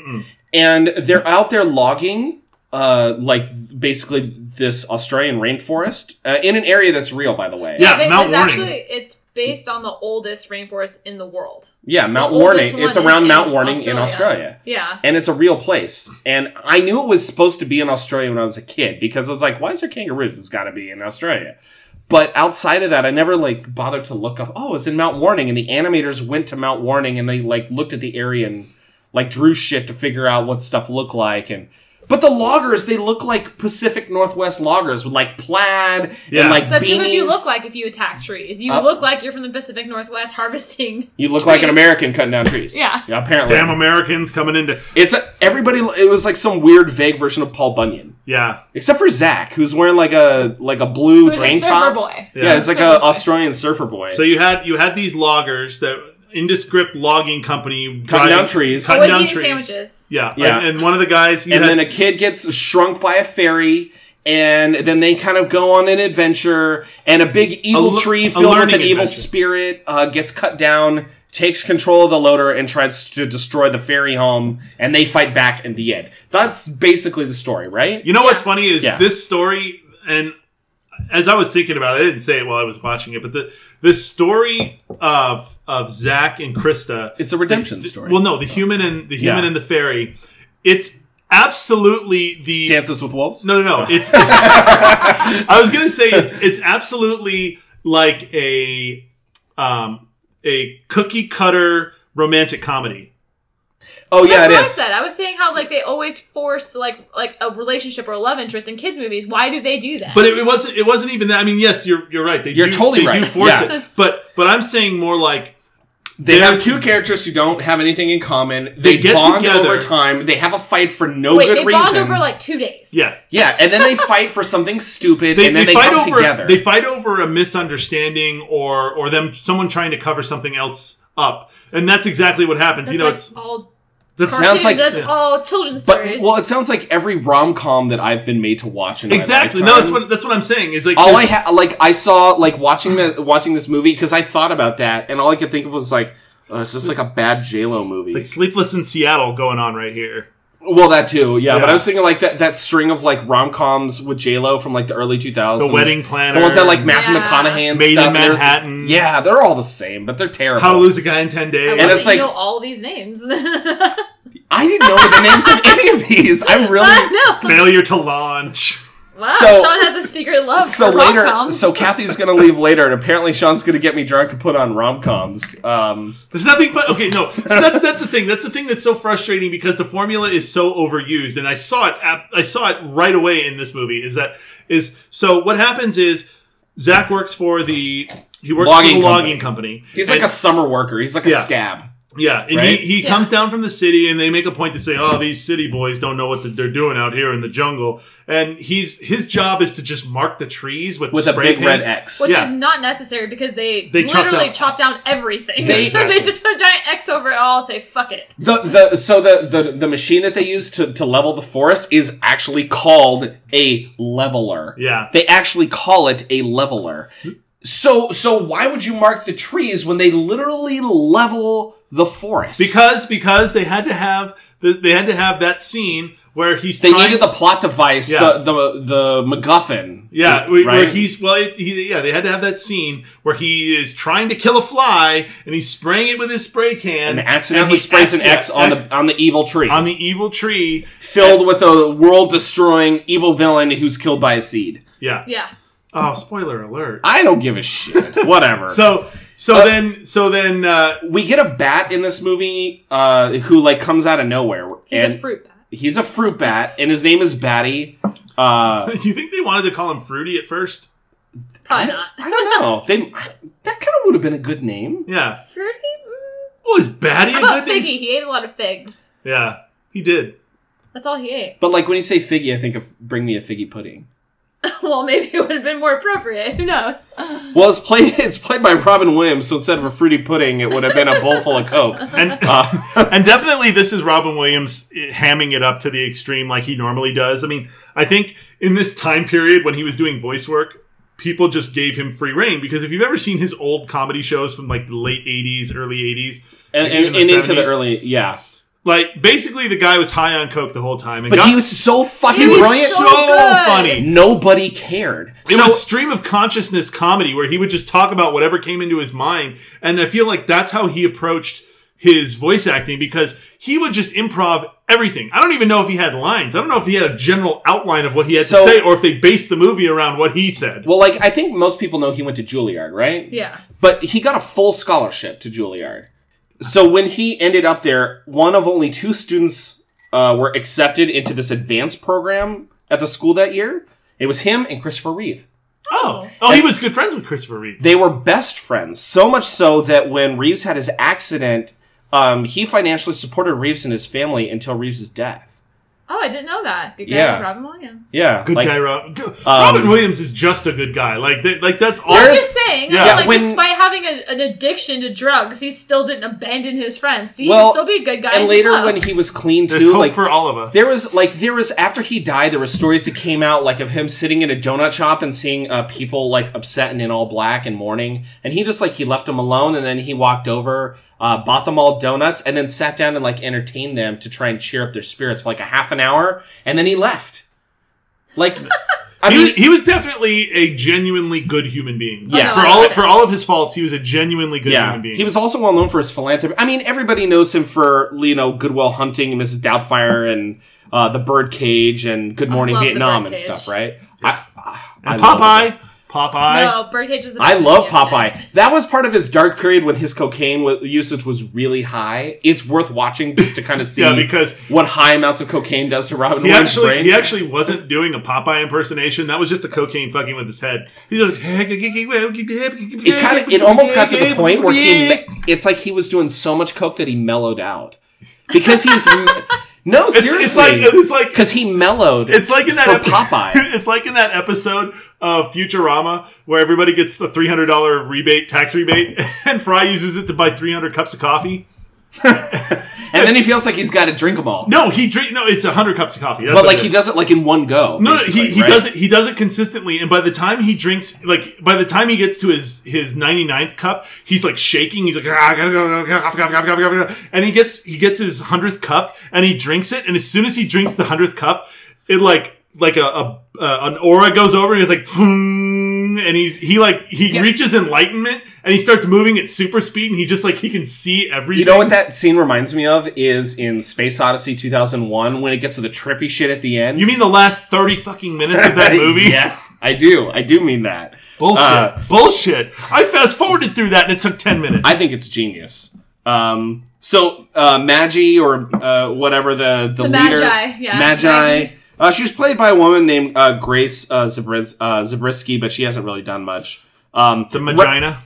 B: and they're out there logging. Uh, like basically this Australian rainforest uh, in an area that's real, by the way.
A: Yeah,
C: It
A: Mount
C: was
A: Warning.
C: actually it's based on the oldest rainforest in the world.
B: yeah, Mount
C: The oldest
B: Warning.
C: one
B: It's
C: is
B: around
C: in
B: Mount Warning in
C: Australia.
B: Australia.
C: Yeah.
B: and it's a real place. And I knew it was supposed to be in Australia when I was a kid because I was like, why is there kangaroos? It's got to be in Australia. But outside of that, I never like bothered to look up. Oh, it's in Mount Warning, and the animators went to Mount Warning and they like looked at the area and like drew shit to figure out what stuff looked like. And but the loggers, they look like Pacific Northwest loggers with like plaid
A: Yeah.
B: and like
C: That's
B: beanies.
C: just what you look like if you attack trees. You
B: Uh,
C: look like you're from the Pacific Northwest harvesting.
B: You look like an
C: trees.
B: American cutting down trees.
C: Yeah.
B: apparently.
A: Damn Americans coming into
B: It's a, everybody. It was like some weird, vague version of Paul Bunyan.
A: yeah.
B: except for Zach, who's wearing like a like a blue
C: Who's a
B: tank
C: surfer
B: top.
C: boy?
B: Yeah, it's like
C: Surfer
B: a
C: boy.
B: Australian surfer boy.
A: So you had you had these loggers that indescript logging company cutting
B: down trees.
A: cutting
C: Always
A: down
C: eating
A: trees.
C: sandwiches.
A: Yeah,
B: Yeah.
A: And, and one of the guys you
B: and
A: had,
B: then a kid gets shrunk by a fairy, and then they kind of go on an adventure. And a big evil
A: lo-
B: tree
A: a
B: filled with
A: learning
B: an evil
A: adventure.
B: spirit uh, gets cut down, takes control of the loader, and tries to destroy the fairy home. And they fight back in the end. That's basically the story, right?
A: You know what's funny is
B: Yeah.
A: this story, and as I was thinking about it, I didn't say it while I was watching it, but the this story of of Zach and Krista.
B: It's a redemption story.
A: Well, no, the human and the human
B: Yeah.
A: and the fairy. It's absolutely the
B: Dances with Wolves.
A: no, no, no. It's. I was gonna say it's it's absolutely like a um a cookie cutter romantic comedy.
B: Oh yeah,
C: That's
B: it
C: what I
B: is.
C: said. I was saying how like they always force like like a relationship or a love interest in kids movies. Why do they do that?
A: But it, it wasn't. It wasn't even that. I mean, yes, you're you're right. They
B: You're
A: do,
B: totally
A: they
B: right.
A: Do force
B: Yeah.
A: it, but but I'm saying more like
B: They have
A: There's-
B: two characters who don't have anything in common.
A: They
B: They,
A: get
B: bond
A: together.
B: over time. They have a fight for no
C: Wait,
B: good
C: they
B: reason.
C: bond over like two days.
A: yeah.
B: yeah, and then they fight for something stupid,
A: They,
B: and then
A: they
B: they,
A: fight
B: come
A: over
B: together.
A: they fight over a misunderstanding or or them someone trying to cover something else up, and that's exactly what happens.
C: that's
A: you know,
C: like
A: it's
C: all.
A: that
C: cartoons,
B: sounds like-
C: that's
A: yeah.
C: all children's
B: but
C: stories.
B: well, it sounds like every rom com that I've been made to watch. In my
A: exactly no.
B: lifetime.
A: That's what that's what I'm saying. Is like
B: all I
A: there's-
B: ha- like I saw like watching the watching this movie because I thought about that, and all I could think of was like, oh, it's just like a bad J Lo movie.
A: like Sleepless in Seattle going on right here.
B: well, that too, yeah, But I
A: Yeah.
B: was thinking like that that string of like rom coms with J Lo from like the early two thousands,
A: The Wedding Planner.
B: the ones that like Matthew
C: Yeah.
B: McConaughey and
A: Made in
B: stuff, and they're-
A: Manhattan.
B: yeah, they're all the same, but they're terrible.
A: How to Lose a Guy in Ten
C: I
A: Days.
C: love
B: and
C: that
B: it's
C: you
B: like-
C: know all these names.
B: I didn't know the names of any of these. I'm really
C: I know.
A: Failure to launch.
C: Wow,
B: So-
C: Sean has a secret love
B: so
C: for
B: later.
C: rom-coms.
B: So Kathy's gonna leave later, and apparently Sean's gonna get me drunk and put on rom coms. Um,
A: There's nothing fun. Okay, no. So that's that's the thing. That's the thing that's so frustrating because the formula is so overused, and I saw it. At, I saw it right away in this movie. Is that is so? What happens is Zach works for the he works
B: Logging
A: for the
B: company.
A: logging company.
B: he's like
A: And-
B: a summer worker. He's like a
A: Yeah.
B: scab.
A: yeah, and
B: right?
A: he, he
C: Yeah.
A: comes down from the city, and they make a point to say, "Oh, these city boys don't know what they're doing out here in the jungle." And he's his job is to just mark the trees with
B: with a
A: spray
B: big
A: paint.
B: red X.
C: which
A: yeah.
C: is not necessary because they,
A: They chopped
C: literally
A: out-
C: chopped down everything.
B: They-
C: So they just put a giant X over it all and say, fuck it.
B: The the so the the, the machine that they use to, to level the forest is actually called a leveler.
A: Yeah.
B: They actually call it a leveler. So so why would you mark the trees when they literally level the forest?
A: because because they had to have the, they had to have that scene where he's
B: they
A: trying,
B: needed the plot device,
A: Yeah.
B: the, the the MacGuffin.
A: Yeah, where, where
B: Right?
A: he's well, it, he, yeah, they had to have that scene where he is trying to kill a fly and he's spraying it with his spray can
B: and accidentally
A: he
B: sprays an
A: acc- yeah,
B: X on
A: acc-
B: the on the evil tree,
A: on the evil tree.
B: filled with a world destroying evil villain who's killed by a seed.
A: Yeah.
C: Yeah.
A: Oh, spoiler alert.
B: I don't give a shit. Whatever.
A: so so
B: Uh,
A: then so then uh,
B: we get a bat in this movie uh, who like comes out of nowhere
C: He's
B: and
C: a fruit bat.
B: he's a fruit bat and his name is batty uh,
A: do you think they wanted to call him Fruity at first?
C: Probably not.
B: i don't know they, that kind of would have been a good name
A: Yeah.
C: Fruity?
A: Oh, is Batty
C: How
A: a
C: about
A: good name?
C: Figgy? He ate a lot of figs.
A: Yeah, he did.
C: That's all he ate.
B: but like when you say figgy i think of bring me a figgy pudding
C: well, maybe it would have been more appropriate. Who knows?
B: well it's played it's played by robin williams so instead of a fruity pudding it would have been a bowl full of coke
A: And
B: uh,
A: and definitely this is Robin Williams eh, hamming it up to the extreme like he normally does. I mean, I think in this time period when he was doing voice work, people just gave him free reign because if you've ever seen his old comedy shows from like the late 80s, early 80s,
B: and,
A: like, even
B: and, and into the
A: 70s,
B: early yeah
A: like basically the guy was high on coke the whole time and
B: but
A: got
B: he was so fucking
C: He was
B: brilliant
A: so
C: so good.
A: funny.
B: nobody cared
A: It
B: so
A: was stream of consciousness comedy where he would just talk about whatever came into his mind. And I feel like that's how he approached his voice acting because he would just improv everything. I don't even know if he had lines. I don't know if he had a general outline of what he had
B: So-
A: to say or if they based the movie around what he said.
B: well like i think most people know he went to juilliard right
C: yeah.
B: But he got a full scholarship to Juilliard. So when he ended up there, one of only two students uh, were accepted into this advanced program at the school that year. It was him and Christopher Reeve.
A: Oh. Oh, he was good friends with Christopher Reeve.
B: They were best friends, so much so that when Reeves had his accident, um, he financially supported Reeves and his family until Reeves' death.
C: Oh, I didn't know that. Good guy,
B: Yeah.
C: Robin Williams.
B: Yeah.
A: Good
B: like- um,
A: guy, Rob. Go- Robin Williams is just a good guy. Like, they, like that's all.
C: I'm
B: There's-
C: just saying,
A: Yeah.
C: like,
B: When-
C: despite having a, an addiction to drugs, he still didn't abandon his friends. He
B: Well,
C: can still be a good guy.
B: And
C: in
B: later
C: love.
B: when he was clean
A: There's
B: too,
A: hope
B: like
A: for all of us.
B: There was like there was after he died, there were stories that came out like of him sitting in a donut shop and seeing uh, people like upset and in all black and mourning, and he just like he left them alone, and then he walked over, uh, bought them all donuts, and then sat down and like entertained them to try and cheer up their spirits for like a half an hour, and then he left. Like, I
A: he,
B: mean,
A: he was definitely a genuinely good human being.
B: Yeah.
A: For all for all of his faults, he was a genuinely good
B: yeah,
A: human being.
B: he was also well known for his philanthropy. I mean, everybody knows him for you know Goodwill Hunting and Mrs. Doubtfire and. Uh, the Birdcage and Good Morning
C: love The
B: Vietnam and
C: Birdcage.
B: stuff, right? I,
A: And
B: I love it.
A: Popeye. Popeye.
C: no, Birdcage was the.
B: I
C: best
B: love
C: movie I've ever
B: Popeye. That was part of his dark period when his cocaine wa- usage was really high. It's worth watching just to kind of see
A: Yeah, because-
B: what high amounts of cocaine does to Robin
A: He
B: Williams'
A: actually
B: brain.
A: he actually wasn't doing a Popeye impersonation. That was just a cocaine fucking with his head. He's like, it
B: it kind of it almost got to the point where he me- it's like he was doing so much coke that he mellowed out because he's no
A: It's,
B: seriously
A: it's like it's like
B: because he mellowed
A: It's like in that
B: for
A: epi-
B: Popeye
A: it's like in that episode of Futurama where everybody gets the three hundred dollar rebate, tax rebate, and Fry uses it to buy three hundred cups of coffee.
B: and then he feels like he's got to drink them all
A: No, he drink. No, it's hundred cups of coffee. That's
B: but
A: what
B: like
A: it
B: he
A: is.
B: does it like in one go
A: No, no, he,
B: basically,
A: he
B: right?
A: does it. He does it consistently, and by the time he drinks, like by the time he gets to his his 99th cup, he's like shaking. He's like, "Ah, I gotta go, I gotta go, I gotta go, I gotta go, I gotta go." and he gets he gets his hundredth cup, and he drinks it. And as soon as he drinks the hundredth cup, it like like a, a uh, an aura goes over, and it's like, "Phoong," and he he like he reaches enlightenment, and he starts moving at super speed, and he just like he can see everything.
B: you know what that scene reminds me of is in Space Odyssey 2001 when it gets to the trippy shit at the end
A: You mean the last thirty fucking minutes of that movie?
B: yes I do I do mean that
A: Bullshit.
B: Uh,
A: Bullshit. I fast forwarded through that and it took 10 minutes.
B: I think it's genius. Um, so uh, Magi or uh, whatever the the,
C: The
B: leader,
C: Magi, yeah.
B: Magi.
C: Magi.
B: Uh, she was played by a woman named uh, Grace uh, Zabris- uh, Zabriskie, but she hasn't really done much. Um,
A: The vagina.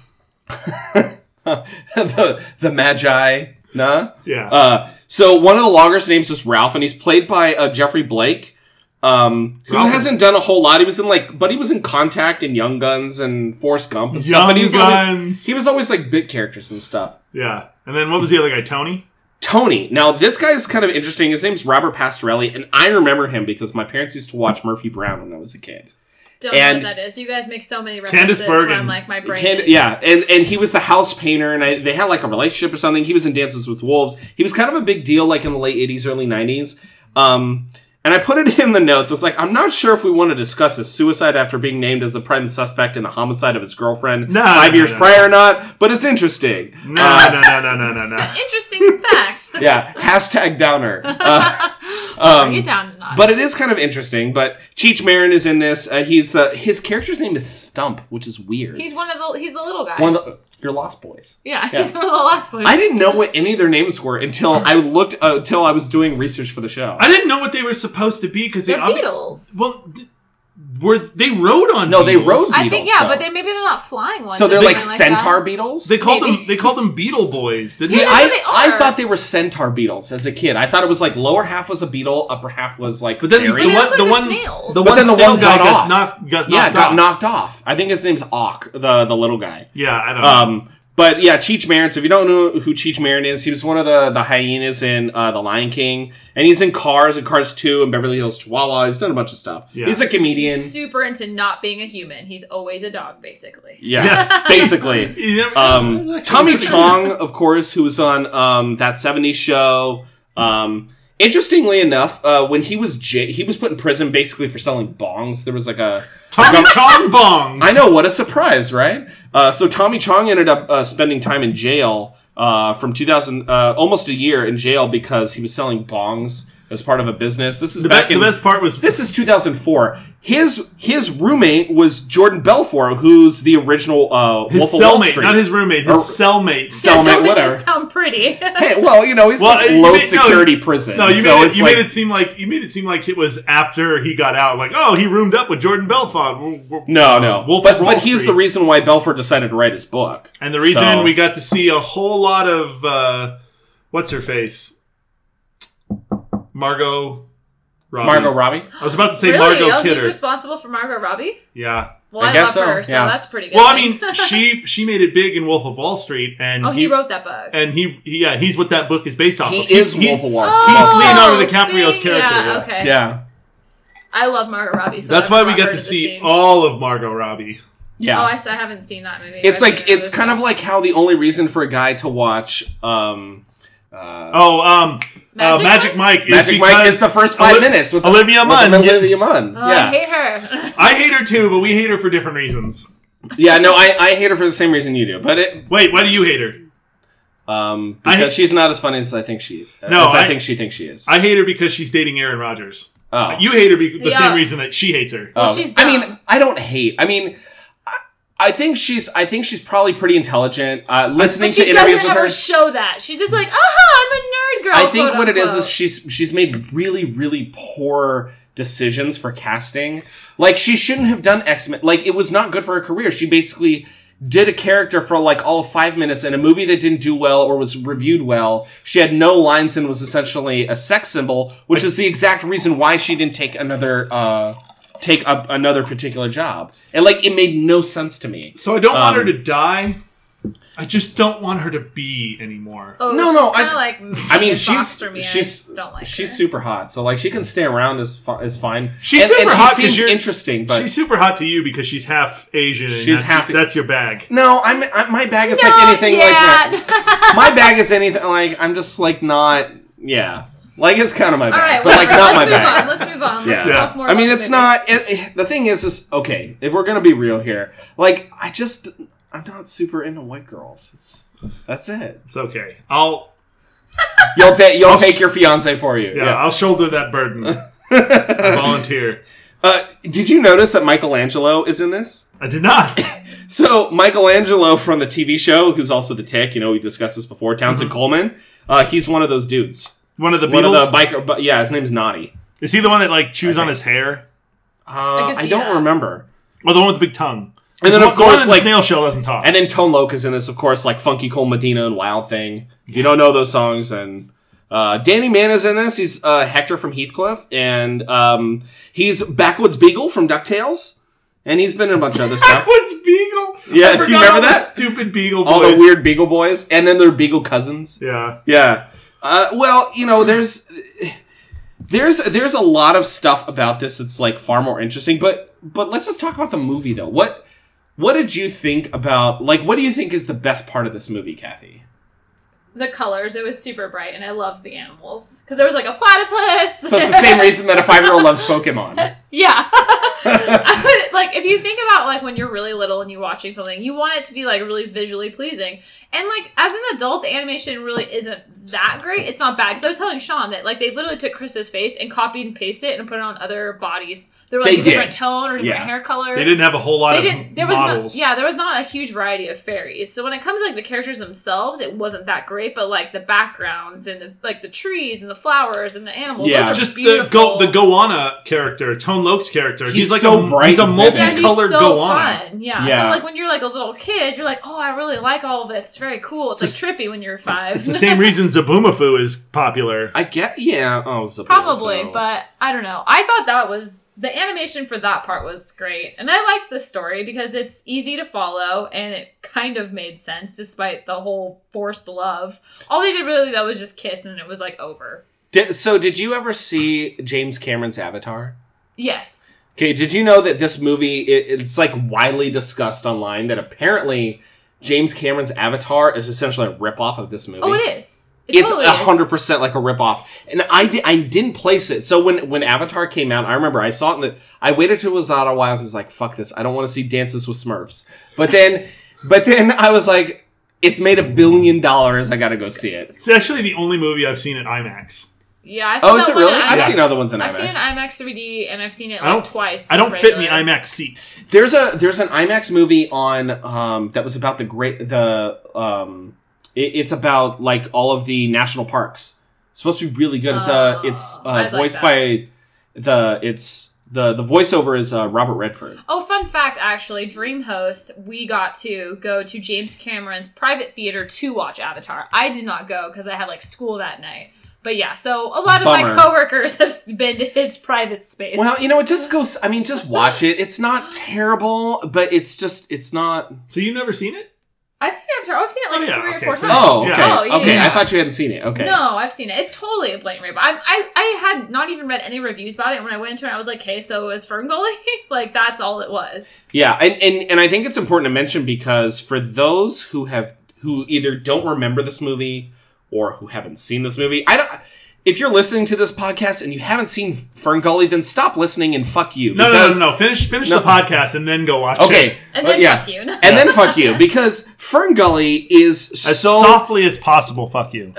B: the the Magi, nah.
A: Yeah.
B: Uh, so one of the longest names is Ralph, and he's played by uh, Jeffrey Blake, um, who
A: Ralph.
B: hasn't done a whole lot. He was in like, but he was in Contact and Young Guns and Forrest Gump and stuff.
A: Young
B: And he was Always,
A: Guns.
B: he was always like bit characters and stuff.
A: yeah. And then what was the other guy? Tony?
B: Tony. Now, this guy is kind of interesting. His name's Robert Pastorelli, and I remember him because my parents used to watch Murphy Brown when I was a kid.
C: Don't know
B: And-
C: what that is. You guys make so many
A: Candace
C: references. where
A: Bergen.
C: I'm like my brain.
B: Kid-
C: is-
B: yeah, and, and he was the house painter, and I, they had like a relationship or something. He was in Dances with Wolves. He was kind of a big deal, like in the late 80s, early 90s. Um, and I put it in the notes. I was like, I'm not sure if we want to discuss his suicide after being named as the prime suspect in the homicide of his girlfriend
A: No,
B: five
A: no,
B: years
A: no,
B: prior or not, but it's interesting.
A: No, no,
B: Uh,
A: no, no, no, no, no.
C: Interesting fact.
B: yeah, hashtag downer. Uh, um,
C: Bring it down a notch.
B: But it is kind of interesting. But Cheech Marin is in this. Uh, he's uh, his character's name is Stump, which is weird.
C: he's one of the he's the little guy.
B: one of the your Lost Boys.
C: yeah,
B: yeah.
C: he's one of the last ones.
B: I didn't know what any of their names were until I looked uh, until I was doing research for the show.
A: I didn't know what they were supposed to be because they
C: They're
A: obvi-
C: Beatles.
A: Well, d- were they rode on?
B: No, they
A: Beetles.
B: rode-
C: I think
B: Beatles,
C: yeah,
B: though.
C: but they maybe they're not flying ones.
B: so
C: or
B: they're
C: something
B: like centaur
C: that.
B: beetles.
A: They called
C: Maybe.
A: them. They called them Beetle Boys. Didn't
B: See,
A: they?
C: Yeah,
B: I,
C: that's what they
B: I
C: are.
B: thought they were centaur beetles as a kid. I thought it was like lower half was a beetle, upper half was like.
A: But then
B: fairy.
A: the
C: They
A: one,
C: look
A: the
C: like
A: one,
C: snails.
A: the
B: But
A: one
B: then the
A: snail
B: one
A: guy
B: got
A: got
B: off.
A: knocked. Got knocked
B: yeah, got
A: off.
B: knocked off. I think his name's Ock, the the little guy.
A: Yeah, I don't know.
B: Um, but yeah, Cheech Marin. So if you don't know who Cheech Marin is, he was one of the the hyenas in uh, The Lion King, and he's in Cars and Cars Two and Beverly Hills Chihuahua. He's done a bunch of stuff.
A: Yeah.
B: He's a comedian.
C: He's super into not being a human. He's always a dog, basically.
B: Yeah,
A: Yeah.
B: basically.
A: You never-
B: Um, Tommy Chong, of course, who was on um, that '70s show. Um, interestingly enough, uh, when he was j- he was put in prison basically for selling bongs. There was like a
A: Tommy Chong Bong.
B: I know, what a surprise, right? Uh, so Tommy Chong ended up uh, spending time in jail uh, from 2000, uh, almost a year in jail because he was selling bongs as part of a business. This is
A: The,
B: back
A: be-
B: in
A: the best part was
B: this is 2004. His his roommate was Jordan Belfort, who's the original uh,
A: his
B: Wolf of Wall
A: cellmate,
B: Street.
A: not his roommate, his
B: Or-
A: cellmate.
B: Cell-
C: Don't
B: Tell me,
C: make
B: whatever.
C: this sound pretty.
B: Hey, well, you know, he's
A: Well,
B: like
A: you
B: low
A: made- no,
B: security
A: you-
B: prison.
A: No, you,
B: so
A: made, it,
B: it's
A: you
B: like,
A: made it seem like you made it seem like it was after he got out. Like, oh, he roomed up with Jordan Belfont. W- w-
B: No, no.
A: Wolf
B: but
A: of Wall
B: but he's the
A: Street.
B: reason why Belfort decided to write his book.
A: and the reason
B: So-
A: we got to see a whole lot of uh, what's her face, Margot Robbie.
B: Margot Robbie.
A: I was about to say
C: really?
A: Margot
C: oh, he's
A: Kidder.
C: responsible for Margot Robbie?
A: yeah.
C: Well,
B: I
C: I,
B: guess so,
C: love her, so
B: yeah.
C: that's pretty good.
A: Well, I mean, she she made it big in Wolf of Wall Street, and
C: oh, he, wrote that book.
A: and he, he- yeah he's what that book is based off.
B: He
A: of.
B: is Wolf of Wall Street.
A: he's Leonardo
C: Oh,
A: DiCaprio's
C: thing-
A: character, yeah.
C: Yeah, okay.
B: Yeah.
C: I love Margot Robbie. So
A: That's why we got
C: got
A: to see all of Margot Robbie.
B: Yeah.
C: Oh, I, still haven't seen that movie.
B: it's
C: I've seen
B: like it's
C: those.
B: kind of like how the only reason for a guy to watch um
A: Oh, um, Magic, uh,
C: Magic
A: Magic Mike is
B: Magic
A: because
B: Mike is the first five
A: Oli-
B: minutes with
A: Olivia
B: with
A: Munn. Yeah.
B: Olivia Munn.
C: Oh, I
B: yeah,
C: hate her.
A: I hate her too, but we hate her for different reasons.
B: yeah. No, I, I hate her for the same reason you do, but it
A: Wait, why do you hate her?
B: um
A: I
B: because
A: hate-
B: she's not as funny as I think she
A: No,
B: as I,
A: I-
B: think she thinks she is.
A: I hate her because she's dating Aaron Rodgers.
B: oh.
A: You hate her be- the
C: Yeah.
A: same reason that she hates her.
C: Well,
B: Oh.
C: she's
B: I mean,
C: dumb.
B: I don't hate. I mean, I think she's. I think she's probably pretty intelligent. Uh, listening
C: But she
B: to interviews
C: doesn't
B: with
C: ever
B: her,
C: show that. She's just like, aha, I'm a nerd girl.
B: I think
C: quote
B: what it is
C: unquote.
B: is she's she's made really really poor decisions for casting. Like she shouldn't have done X Men. Like it was not good for her career. She basically did a character for like all of five minutes in a movie that didn't do well or was reviewed well. She had no lines and was essentially a sex symbol, which is the exact reason why she didn't take another uh take up another particular job. And like it made no sense to me.
A: So I don't want her
B: Um,
A: to die. I just don't want her to be anymore.
C: Oh,
B: No,
C: she's
B: no, I-
C: kinda like
B: I mean,
C: Megan
B: she's
C: Foster me. I
B: she's
C: just don't like
B: she's
C: her.
B: super hot, so like she can stay around as fi- as fine.
A: She's
B: and, and
A: super
B: she
A: hot 'cause
B: Seems
A: you're-
B: interesting, but
A: She's super hot to you because she's half Asian. And
B: She's
A: that's,
B: half-
A: That's your bag.
B: no, I'm I, my bag is
C: No,
B: like anything like that.
C: yeah.
B: My bag is anything like I'm just like not yeah, like it's kind of my bag,
C: All right,
B: but like
C: whatever.
B: not my bag.
C: let's move on. Let's move on.
B: Yeah.
C: Let's
A: Yeah.
C: talk more.
B: I mean,
C: about
B: it's
C: the movie.
B: not. It, it- the thing is, is okay. If we're gonna be real here, like I just I'm not super into white girls. It's, that's it.
A: It's okay. I'll
B: You'll take you'll
A: I'll sh-
B: take your fiance for you.
A: yeah, I'll shoulder that burden. I volunteer.
B: Uh, did you notice that Michelangelo is in this?
A: I did not.
B: So Michelangelo from the TV show, who's also the Tick, you know, we discussed this before, Townsend Coleman. Uh, he's one of those dudes.
A: One of the Mm-hmm. Beatles.
B: One of the biker. But yeah, his name's Naughty.
A: Is he the one that like chews
B: I
A: on
B: think-
A: his hair?
B: Uh, I,
C: can see
B: don't
C: that.
B: remember.
A: Or the one with the big tongue?
B: And then
A: The
B: of
A: one- the one
B: course,
A: in the
B: like,
A: snail shell doesn't talk.
B: and then Tone Loc is in this, of course, like Funky Cole Medina and Wild Thing. If you don't know those songs, and uh, Danny Mann is in this. He's uh, Hector from Heathcliff, and um, he's Backwoods Beagle from Ducktales, and he's been in a bunch of other stuff.
A: What's Beagle?
B: Yeah,
A: I
B: do you
A: forgot
B: remember
A: all the
B: that?
A: stupid Beagle? Boys.
B: All the weird Beagle boys, and then their Beagle cousins.
A: Yeah,
B: Yeah. Uh, well, you know, there's there's there's a lot of stuff about this that's like far more interesting. But but let's just talk about the movie though. What what did you think about like what do you think is the best part of this movie, Kathy?
C: the colors. It was super bright, and I loved the animals because there was like a platypus.
B: So it's the same reason that a five year old loves Pokemon.
C: yeah. I would, like if you think about like when you're really little and you're watching something, you want it to be like really visually pleasing. And like as an adult, the animation really isn't that great. It's not bad because I was telling Sean that like they literally took Chris's face and copied and pasted it and put it on other bodies. They were like
B: They
C: a different
B: did.
C: tone or different
B: Yeah.
C: hair color.
A: they didn't have a whole lot
C: They
A: of
C: didn't. There was
A: models.
C: not. Yeah, there was not a huge variety of fairies. So when it comes to, like the characters themselves, it wasn't that great. But like the backgrounds and the like the trees and the flowers and the animals.
B: Yeah.
C: those are
A: just the go,
C: beautiful.
A: the Goanna character, Tone Loc's character. He's,
B: He's
A: like
B: so
A: a,
B: bright
A: He's a
B: and vivid.
C: Yeah,
B: and
C: he's
A: multicolored
C: so
A: Goanna.
C: fun. Yeah.
B: Yeah.
C: So like when you're like a little kid, you're like, oh, I really like all of this. It's very cool. It's,
B: It's
C: like trippy when you're five.
A: It's the same reason Zaboomafoo is popular.
B: I get yeah, oh Zabuza.
C: Probably, but I don't know. I thought that was the animation for that part was great. And I liked the story because it's easy to follow and it kind of made sense despite the whole forced love. All they did really though was just kiss and it was like over.
B: Did- so did you ever see James Cameron's Avatar?
C: Yes.
B: Okay, did you know that this movie it, it's like widely discussed online that apparently James Cameron's Avatar is essentially a ripoff of this movie.
C: Oh, it is. It
B: It's
C: totally
B: a
C: is.
B: hundred percent like a ripoff, and I di- I didn't place it. So when when Avatar came out, I remember I saw it. In the, I waited till it was out a while because like fuck this, I don't want to see Dances with Smurfs. But then, but then I was like, it's made a billion dollars. I got to go see it.
A: It's actually the only movie I've seen at IMAX.
C: Yeah, I saw
B: Oh,
C: that
B: is it
C: one in
B: really? I've
C: IMAX.
B: seen other ones in
C: I've seen it in
B: IMAX.
C: IMAX 3D and I've seen it
A: I
C: like
A: don't
C: twice.
A: I don't
C: just
A: fit in the
C: regular.
A: IMAX seats.
B: There's a there's an IMAX movie on um that was about the great the um it, it's about like all of the national parks. It's supposed to be really good. It's uh
C: Oh,
B: it's
C: I'd
B: uh
C: like
B: voiced
C: that.
B: by the it's the the voiceover is uh, Robert Redford.
C: Oh, fun fact actually, DreamHost, we got to go to James Cameron's private theater to watch Avatar. I did not go because I had like school that night. But yeah, so a lot of
B: Bummer.
C: my coworkers have been to his private space.
B: Well, you know, it just goes. I mean, just watch it. It's not terrible, but it's just it's not.
A: So you've never seen it?
C: I've seen Avatar. I've seen it like
A: Oh, yeah,
C: three
A: okay.
C: or four times.
B: Oh, okay,
A: Yeah.
C: Oh, yeah,
B: okay.
C: yeah.
B: I thought you hadn't seen it. Okay.
C: No, I've seen it. It's totally a blatant rape. I, I, I had not even read any reviews about it. And when I went into it, I was like, "Hey, so is Ferngully?" like that's all it was.
B: Yeah, and, and and I think it's important to mention because for those who have who either don't remember this movie or who haven't seen this movie, I don't. If you're listening to this podcast and you haven't seen Fern Gully, then stop listening and fuck you.
A: No, no,
B: because-
A: no, no, no. Finish finish
B: No.
A: the podcast and then go watch it.
B: Okay,
C: And
B: but
C: then
B: yeah.
C: fuck you.
B: and then fuck you because Fern Gully is
A: As
B: so
A: softly as possible, fuck you.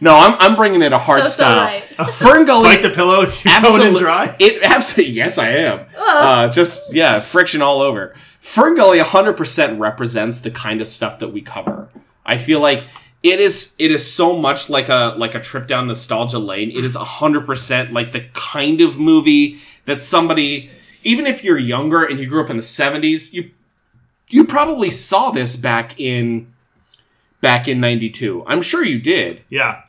B: No, I'm, I'm bringing it a hard
C: So, so
B: style.
C: right.
B: Fern Gully.
A: Like the pillow, you're going in
B: absolutely
A: dry.
B: It absolutely yes, I am.
C: Ugh.
B: Uh, just yeah, friction all over. Ferngully 100% represents the kind of stuff that we cover. I feel like it is it is so much like a like a trip down nostalgia lane. It is 100% like the kind of movie that somebody even if you're younger and you grew up in the 70s, you you probably saw this back in back in 92. I'm sure you did.
A: Yeah.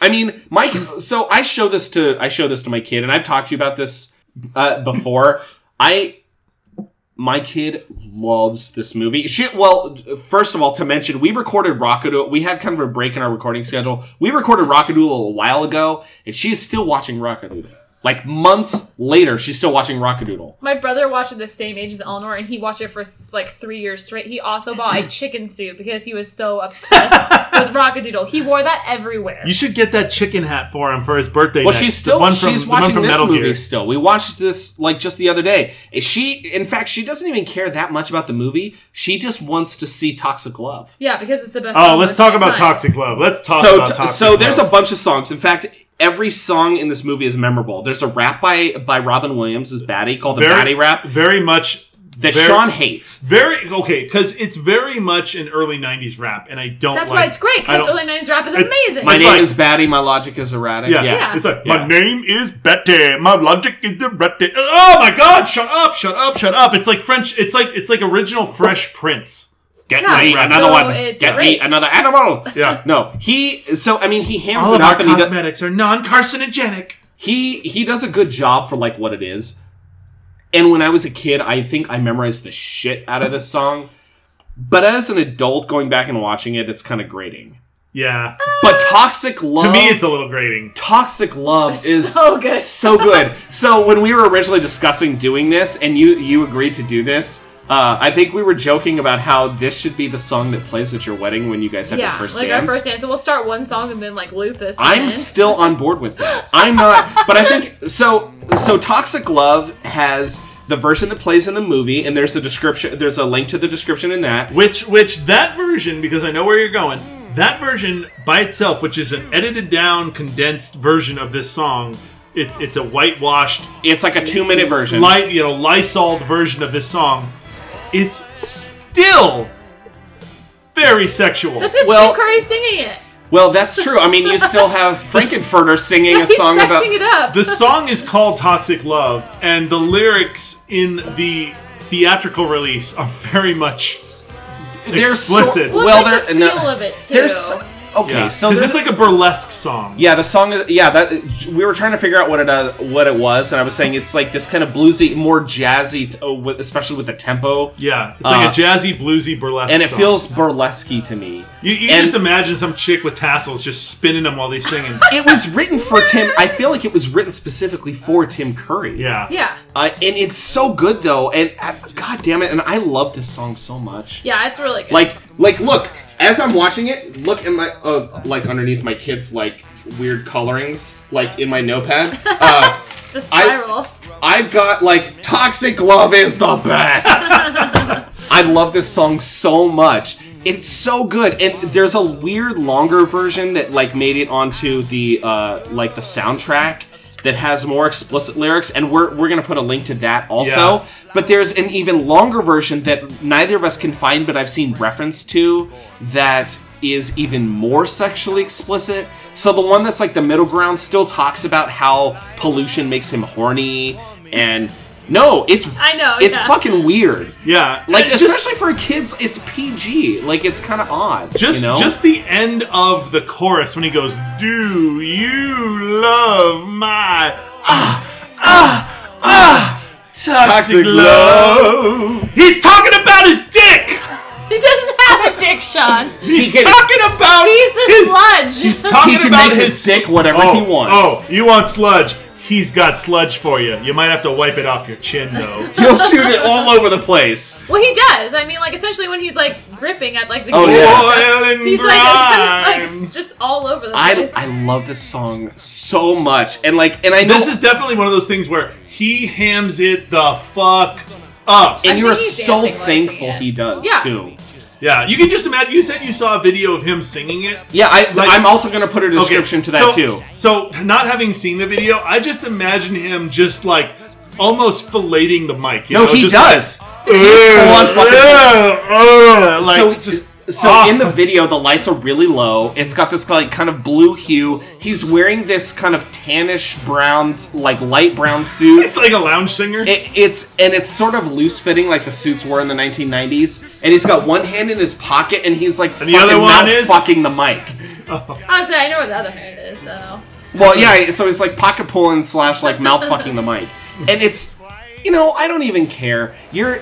B: I mean, Mike. So I show this to I show this to my kid, and I've talked to you about this uh, before. I my kid loves this movie. She well, first of all, to mention, we recorded Rockadoodle. We had kind of a break in our recording schedule. We recorded Rockadoodle a while ago, and she is still watching Rockadoodle. Like months later, she's still watching Rockadoodle.
C: My brother watched it the same age as Eleanor, and he watched it for like three years straight. He also bought a chicken suit because he was so obsessed with Rockadoodle. He wore that everywhere.
A: You should get that chicken hat for him for his birthday.
B: Well,
A: next.
B: she's
A: The
B: still
A: one from-
B: she's
A: the one
B: watching
A: from
B: this
A: Metal
B: movie
A: Gear.
B: still. We watched this like just the other day. She, in fact, she doesn't even care that much about the movie. She just wants to see Toxic Love.
C: yeah, because it's the best.
A: Oh,
C: song
A: let's
C: of
A: talk
C: all
A: about
C: time.
A: Toxic Love. Let's talk
B: so,
A: about
B: t-
A: Toxic
B: so
A: Love.
B: there's a bunch of songs. In fact, every song in this movie is memorable. There's a rap by by Robin Williams as Batty called the Batty Rap
A: Very much.
B: that
A: very-
B: Sean hates.
A: Very okay, because it's very much an early '90s rap, and I don't.
C: That's
A: like,
C: why it's great
A: I
C: because
A: don't-
C: early '90s rap is
A: It's-
C: amazing.
B: My
A: It's
B: name
A: like-
B: is Batty. My logic is erratic.
A: Yeah.
B: yeah.
A: it's like
B: Yeah.
A: my name is Betty. My logic is the Betty. Oh my God! Shut up! Shut up! Shut up! It's like French. It's like it's like original Fresh Prince.
B: Get
C: Yeah,
B: me
C: so
B: another one.
C: it's
B: Get me
C: great.
B: another animal.
A: Yeah.
B: No, he. So I mean, he hams
A: All
B: it
A: of our
B: up and he does,
A: cosmetics are non-carcinogenic.
B: he he does a good job for like what it is. And when I was a kid, I think I memorized the shit out of this song. But as an adult, going back and watching it, it's kind of grating.
A: Yeah.
B: But toxic love
A: to me, it's a little grating.
B: toxic love is
C: so good.
B: so good. So when we were originally discussing doing this, and you you agreed to do this. Uh, I think we were joking about how this should be the song that plays at your wedding when you guys have
C: yeah,
B: your first
C: like
B: dance.
C: our first dance. So we'll start one song and then like loop this. one
B: I'm
C: in.
B: still on board with that. I'm not, but I think so. So Toxic Love has the version that plays in the movie, and there's a description. There's a link to the description in that.
A: Which which that version, because I know where you're going. That version by itself, which is an edited down, condensed version of this song, it's it's a whitewashed,
B: It's like a two minute version.
A: light you know, lysoled version of this song, is still very sexual.
C: That's because
B: Well-
C: Tim Curry's singing it.
B: well, that's true. I mean, you still have Frankenfurter singing a
C: He's
B: song
C: sexing
B: about.
C: it up.
A: The song is called Toxic Love, and the lyrics in the theatrical release are very much
B: They're so-
A: explicit.
C: well,
B: well,
C: it's like
B: there-
C: the
B: no,
C: feel of it too.
B: There's okay, so
A: because it's
B: there's
A: like a burlesque song.
B: Yeah, the song is yeah. That we were trying to figure out what it uh, what it was, and I was saying it's like this kind of bluesy, more jazzy, uh, with- especially with the tempo,
A: Yeah, it's like
B: Uh,
A: a jazzy, bluesy burlesque.
B: and it
A: song.
B: feels burlesque to me.
A: You, you
B: and-
A: just imagine some chick with tassels just spinning them while they're singing.
B: it was written for Tim. I feel like it was written specifically for Tim Curry.
A: Yeah.
C: yeah,
B: Uh, and it's so good though, and uh, god damn it, and I love this song so much.
C: yeah, it's really good.
B: Like, like, look as I'm watching it, look at my uh, like underneath my kids like weird colorings like in my notepad. Uh,
C: the spiral.
B: I've got like Toxic Love is the best. I love this song so much. It's so good. And there's a weird longer version that like made it onto the uh like the soundtrack that has more explicit lyrics and we're we're going to put a link to that also.
A: Yeah.
B: But there's an even longer version that neither of us can find but I've seen reference to that is even more sexually explicit. So the one that's like the middle ground still talks about how pollution makes him horny and no, it's
C: I know,
B: It's
C: yeah.
B: fucking weird.
A: Yeah.
B: Like
A: It's just,
B: especially for kids, it's PG. Like it's kind of odd.
A: just,
B: you know?
A: just the end of the chorus when he goes, Do you love my toxic love? He's talking about his dick!
C: He doesn't have a dick, Sean.
A: He's
B: He can-
A: talking about
C: He's the
A: his
C: sludge.
A: He's talking
B: He can
A: about
B: make his dick whatever
A: oh,
B: he wants.
A: Oh, you want sludge? He's got sludge for you. You might have to wipe it off your chin, though.
B: He'll shoot it all over the place.
C: well, he does. I mean, like essentially when he's like gripping at like the
B: Oh, yeah.
C: gear and stuff,
A: Oil and
C: he's like, kind of,
A: grime.
C: like just all over the
B: I
C: place.
B: I love this song so much, and like, and I know
A: This is definitely one of those things where he hams it the fuck up.
B: and
C: I
B: you are
C: think he's
B: so
C: dancing while
B: thankful
C: singing it.
B: he does
C: Yeah.
B: too.
A: Yeah, you can just imagine. You said you saw a video of him singing it.
B: Yeah, I,
A: Like-
B: I'm also going to put a
A: Okay,
B: description to that
A: so,
B: too.
A: So, not having seen the video, I just imagine him just like almost filleting the mic. You
B: No,
A: know,
B: he
A: just
B: does.
A: Like,
B: full-on
A: "Ugh,
B: fucking-
A: ugh, ugh," like,
B: so
A: just
B: so
A: ah.
B: in the video, the lights are really low. It's got this like kind of blue hue. He's wearing this kind of tannish brown, like light brown suit.
A: He's like a lounge singer.
B: It, it's and it's sort of loose fitting like the suits were in the 1990s. And he's got one hand in his pocket, and he's like
A: And the other
B: fucking
A: one
B: mouth
A: is-
B: fucking the mic.
C: Honestly, I know where the other hand is, so.
B: Well, yeah. So he's like pocket pulling slash like mouth fucking the mic, and it's you know I don't even care. You're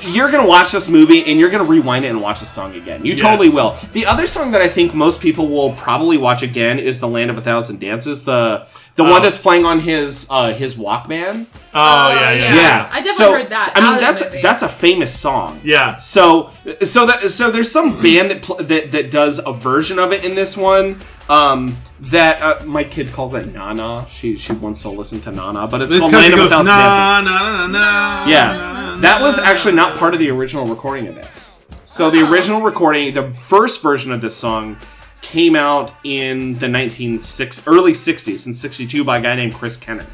B: you're gonna watch this movie and you're gonna rewind it and watch the song again. You
A: Yes.
B: totally will. The other song that I think most people will probably watch again is "The Land of a Thousand Dances," the the
A: Oh.
B: one that's playing on his uh, his Walkman.
A: oh yeah, yeah,
C: yeah.
B: Yeah,
C: I definitely
B: So,
C: heard that.
B: I
C: That
B: mean,
C: was
B: that's
C: a movie.
B: that's a famous song.
A: Yeah.
B: So so that so there's some band that pl- that that does a version of it in this one. Um, that uh, my kid calls it Nana. She she wants to listen to Nana, but it's
A: This
B: called
A: country
B: Land of a
A: goes na
B: Thousand Dances.
A: na na na na.
B: Yeah, that was actually not part of the original recording of this. So the original recording, the first version of this song, came out in the 1960s, early 60s, in 62 by a guy named Chris Kenner.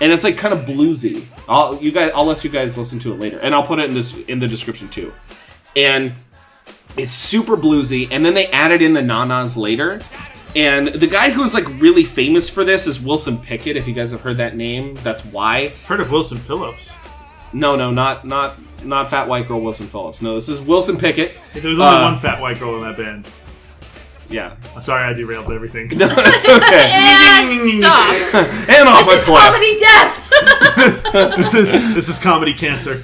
B: And it's like kind of bluesy. I'll you guys, I'll let you guys listen to it later, and I'll put it in this in the description too. And it's super bluesy, and then they added in the nanas later. And the guy who's like really famous for this is Wilson Pickett. If you guys have heard that name, that's why.
A: Heard of Wilson Phillips?
B: No, no, not not not fat white girl Wilson Phillips. No, this is Wilson Pickett.
A: There was only
B: Uh,
A: one fat white girl in that band.
B: Yeah,
A: Sorry, I derailed everything.
B: no, that's okay.
C: And stop.
B: and off
C: This
B: with
C: is
B: clap.
C: comedy death.
A: this is this is comedy cancer.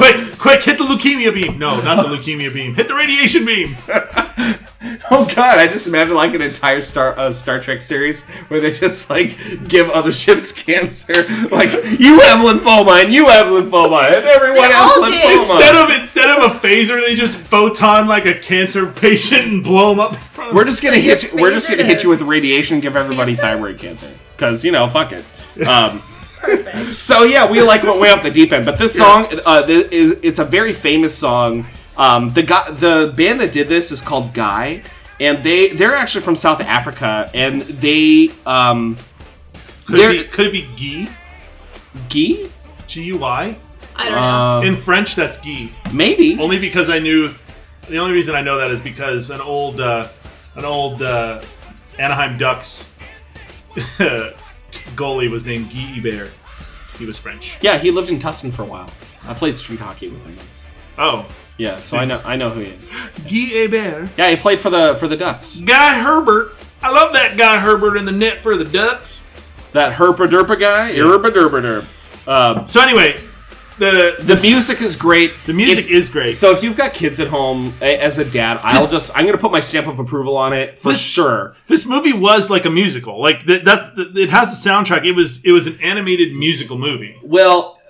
A: quick, quick, hit the leukemia beam. No, not the leukemia beam. Hit the radiation beam.
B: Oh god, I just imagine like an entire Star uh, Star Trek series where they just like give other ships cancer. Like you have lymphoma and you have lymphoma and everyone
C: They
B: else
C: all do.
B: lymphoma.
A: Instead of instead of a phaser, they just photon like a cancer patient and blow him up. in front of-
B: We're just gonna hit you. We're just gonna hit you with
C: Favorite.
B: radiation. Give everybody thyroid cancer because you know, fuck it. Um,
C: Perfect.
B: so yeah, we like went way off the deep end. But this song uh, th- is it's a very famous song. Um, the guy, the band that did this is called Guy, and they they're actually from South Africa, and they um,
A: could, it
B: there-
A: be, could it be gee?
B: Guy
A: G U Y?
C: I don't know.
B: uh,
A: In French, that's gee.
B: maybe
A: Only because I knew. The only reason I know that is because an old uh, an old uh, Anaheim Ducks goalie was named Guy Bear. He was French.
B: yeah. He lived in Tustin for a while. I played street hockey with him.
A: Oh,
B: Yeah, so I know I know who he is.
A: Guy Hebert.
B: Yeah, he played for the for the Ducks.
A: Guy Herbert. I love that guy Herbert in the net for the Ducks.
B: That herpa derpa guy, herpa derpa derp. Um,
A: So anyway, the
B: the music is great.
A: the music
B: If-
A: is great.
B: So if you've got kids at home, a- as a dad, I'll just I'm gonna put my stamp of approval on it for
A: This-
B: sure.
A: this movie was like a musical. Like th- that's th- it has a soundtrack. It was it was an animated musical movie.
B: Well,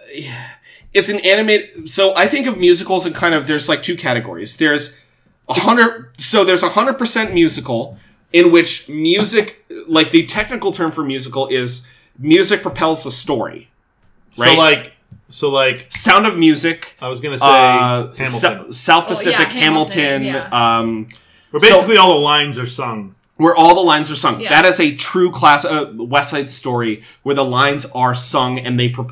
B: it's an animate. So I think of musicals and kind of there's like two categories. There's a hundred. So there's a hundred percent musical in which music, like the technical term for musical is music propels the story.
A: So
B: Right.
A: like so like
B: Sound of Music.
A: I was gonna say
B: Uh,
A: Hamilton.
B: Sou- South
C: Oh, yeah,
B: Pacific, Hamilton,
C: Hamilton,
B: um,
A: Where
B: so-
A: basically all the lines are sung.
B: where all the lines are sung.
C: Yeah.
B: That is a true class uh, West Side Story where the lines are sung and they pro-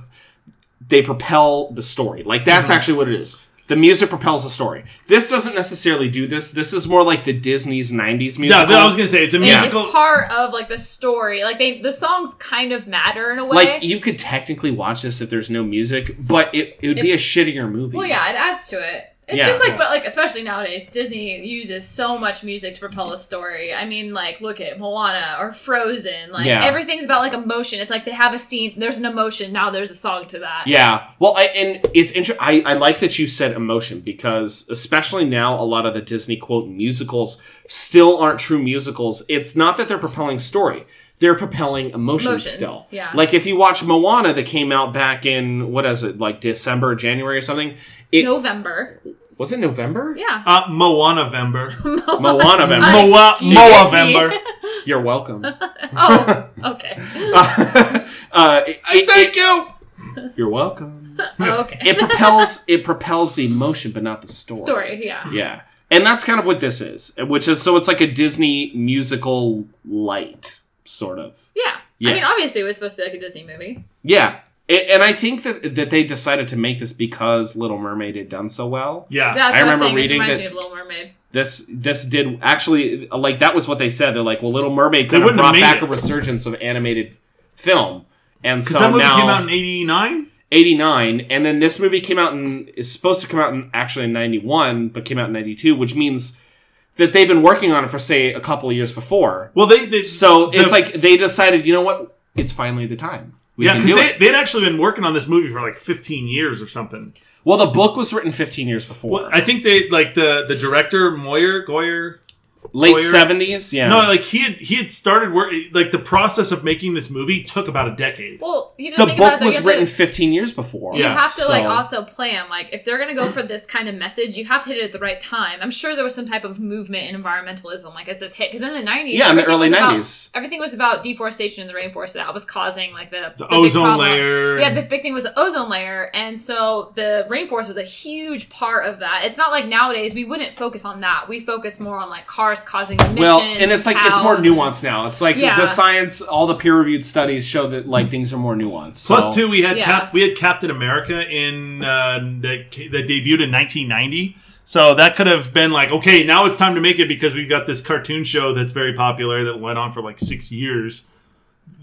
B: they propel the story. Like that's
A: Mm-hmm.
B: actually what it is. The music propels the story. This doesn't necessarily do this. This is more like the Disney's '90s music.
A: Yeah, I was gonna say it's a
C: It's
A: musical.
C: just part of like the story. Like they, the songs kind of matter in a way.
B: like you could technically watch this if there's no music, but it, it would be a shittier movie.
C: well, yeah, it adds to it. It's
B: Yeah.
C: just like, but like especially nowadays, Disney uses so much music to propel a story. I mean, like look at Moana or Frozen. Like
B: Yeah.
C: everything's about like emotion. It's like they have a scene. There's an emotion. Now there's a song to that.
B: Yeah. Well, I, and it's interesting. I, I like that you said emotion because, especially now, a lot of the Disney quote musicals still aren't true musicals. It's not that they're propelling story; they're propelling emotion
C: Emotions,
B: still.
C: yeah.
B: Like if you watch Moana that came out back in what is it like December, or January, or something. It
C: November.
B: was it November.
C: Yeah.
A: uh, Moana Vember.
B: Moana. November.
C: I-
A: Moa
C: excuse
A: Moa
C: me.
A: Vember.
B: Uh, You're welcome.
C: Oh, okay.
B: uh, it- it-
A: you.
B: You're welcome.
C: Oh, okay.
B: It propels it propels the emotion, but not the story.
C: Story, yeah.
B: Yeah. And that's kind of what this is, which is so it's like a Disney musical light, sort of.
C: yeah.
B: Yeah.
C: I mean, obviously, it was supposed to be like a Disney movie.
B: Yeah. A- And I think that that they decided to make this because Little Mermaid had done so well.
A: Yeah.
C: That's
B: I
C: what I
B: remember
C: was saying. This
B: reading
C: reminds
B: that-
C: me of Little Mermaid.
B: This this did actually like that was what they said. They're like, well, Little Mermaid
A: They
B: kind of
A: wouldn't have
B: brought
A: made
B: back
A: it.
B: a resurgence of animated film, and
A: Because
B: so
A: that movie
B: now
A: came out in '89.
B: 89 and then this movie came out in is supposed to come out in actually in 91 but came out in 92 which means that they've been working on it for say a couple of years before
A: Well, they, they
B: so
A: the-
B: it's like they decided you know what it's finally the time we
A: yeah,
B: can do
A: because
B: it
A: they, would actually been working on this movie for like 15 years or something.
B: well the book was written 15 years before
A: Well, I think they like the the director Moyer Goyer.
B: late
A: Boyer-
B: 70s yeah
A: No, like he had he had started work. Like the process of making this movie took about a decade.
C: Well, you have to
B: the
C: think
B: book
C: about it, though,
B: was
C: you have
B: written
C: To,
B: 15 years before
C: you
A: Yeah,
C: have to
B: so-
C: like also plan. Like, if they're gonna go for this kind of message, you have to hit it at the right time. I'm sure there was some type of movement in environmentalism. Like, as this hit? Because in the 90s,
B: Yeah, in the
C: everything
B: early
C: was about-
B: 90s.
C: everything was about deforestation in the rainforest. That was causing like the,
A: The
C: big
A: ozone
C: problem.
A: layer.
C: Yeah, the big thing was the ozone layer, and so the rainforest was a huge part of that. It's not like nowadays we wouldn't focus on that. We focus more on like cars causing emissions.
B: well and it's like it's more
C: cows.
B: nuanced now it's like
C: Yeah.
B: the science all the peer-reviewed studies show that like things are more nuanced so-
A: Plus two, we had
C: Yeah.
A: Cap, we had Captain America in uh, that ca- that debuted in 1990. So that could have been like, okay, now it's time to make it because we've got this cartoon show that's very popular that went on for like six years.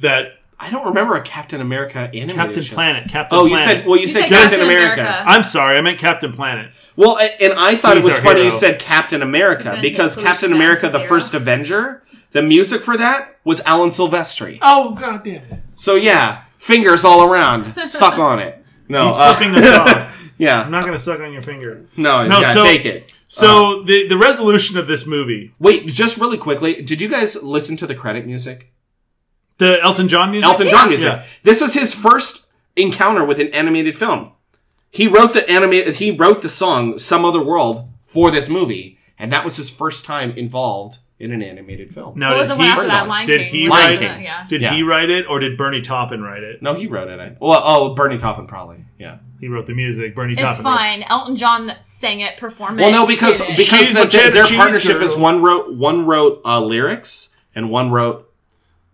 A: That
B: I don't remember a Captain America animated
A: Captain
B: show.
A: Planet, Captain.
B: Oh, you
A: Planet.
B: said well, you,
C: You
B: said,
C: said
B: Captain,
C: Captain
B: America.
C: America.
A: I'm sorry, I meant Captain Planet.
B: Well, I- and I thought
A: He's
B: it was
A: our
B: funny
A: hero.
B: you said Captain America
C: He's
B: because
C: gonna get
B: Captain
C: Solution
B: America,
C: Down
B: the
C: to
B: first Avenger, the music for that was Alan Silvestri.
A: Oh god damn it!
B: So yeah, fingers all around, suck on it. No,
A: He's
B: uh,
A: flipping this off.
B: yeah,
A: I'm not gonna suck on your finger.
B: no,
A: No,
B: yeah,
A: so-
B: take it.
A: So
B: Uh,
A: the the resolution of this movie,
B: Wait, just really quickly, did you guys listen to the credit music?
A: the Elton John music.
B: Elton John music.
A: Yeah.
B: This was his first encounter with an animated film. He wrote the anime. He wrote the song "Some Other World" for this movie, and that was his first time involved in an animated film.
A: Now,
C: What was
A: did
C: the one
A: he-
C: after that? Lion
A: did
C: King.
A: he
C: What
B: Lion
C: was that?
B: King.
C: Yeah.
A: Did
B: Yeah.
A: he write it or did Bernie Taupin write it?
B: No, he wrote it. I, well, oh, Bernie Taupin probably. Yeah.
A: He wrote the music. Bernie
C: It's
A: Taupin. wrote-
C: fine. Elton John sang it, performed
B: Well,
C: it.
B: no, because
C: did it.
B: because
A: She's
B: the,
A: the cheddar
B: their
A: cheese
B: partnership
A: girl.
B: is one wrote one wrote uh, lyrics and one wrote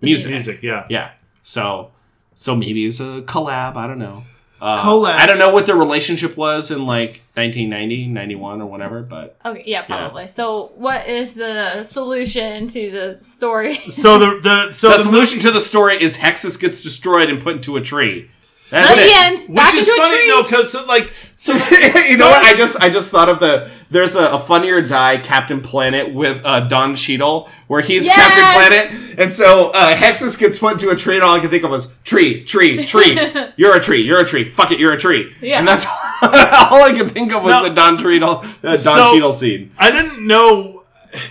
B: music.
A: music. Yeah.
B: Yeah. So so maybe it's a collab. I don't know. Uh,
A: Collab.
B: I don't know what their relationship was in like 1990, 91 or whatever, but
C: okay, yeah, probably. So, what is the solution to the story?
A: So the the so
B: the
A: the,
B: solution to the story is Hexus gets destroyed and put into a tree. That's
C: At the
B: it.
C: end,
A: which
C: back
A: is
C: into a
A: funny
C: tree.
A: though, because so, like so
B: you know what? I just I just thought of the there's a, a funnier die Captain Planet with uh, Don Cheadle where he's
C: Yes!
B: Captain Planet, and so uh, Hexus gets put into a tree, and all I can think of was tree, tree, tree. you're a tree. You're a tree. Fuck it. You're a tree.
C: Yeah.
B: and that's all I could think of was
A: No.
B: the Don Cheadle uh, Don
A: So-
B: Cheadle scene.
A: I didn't know.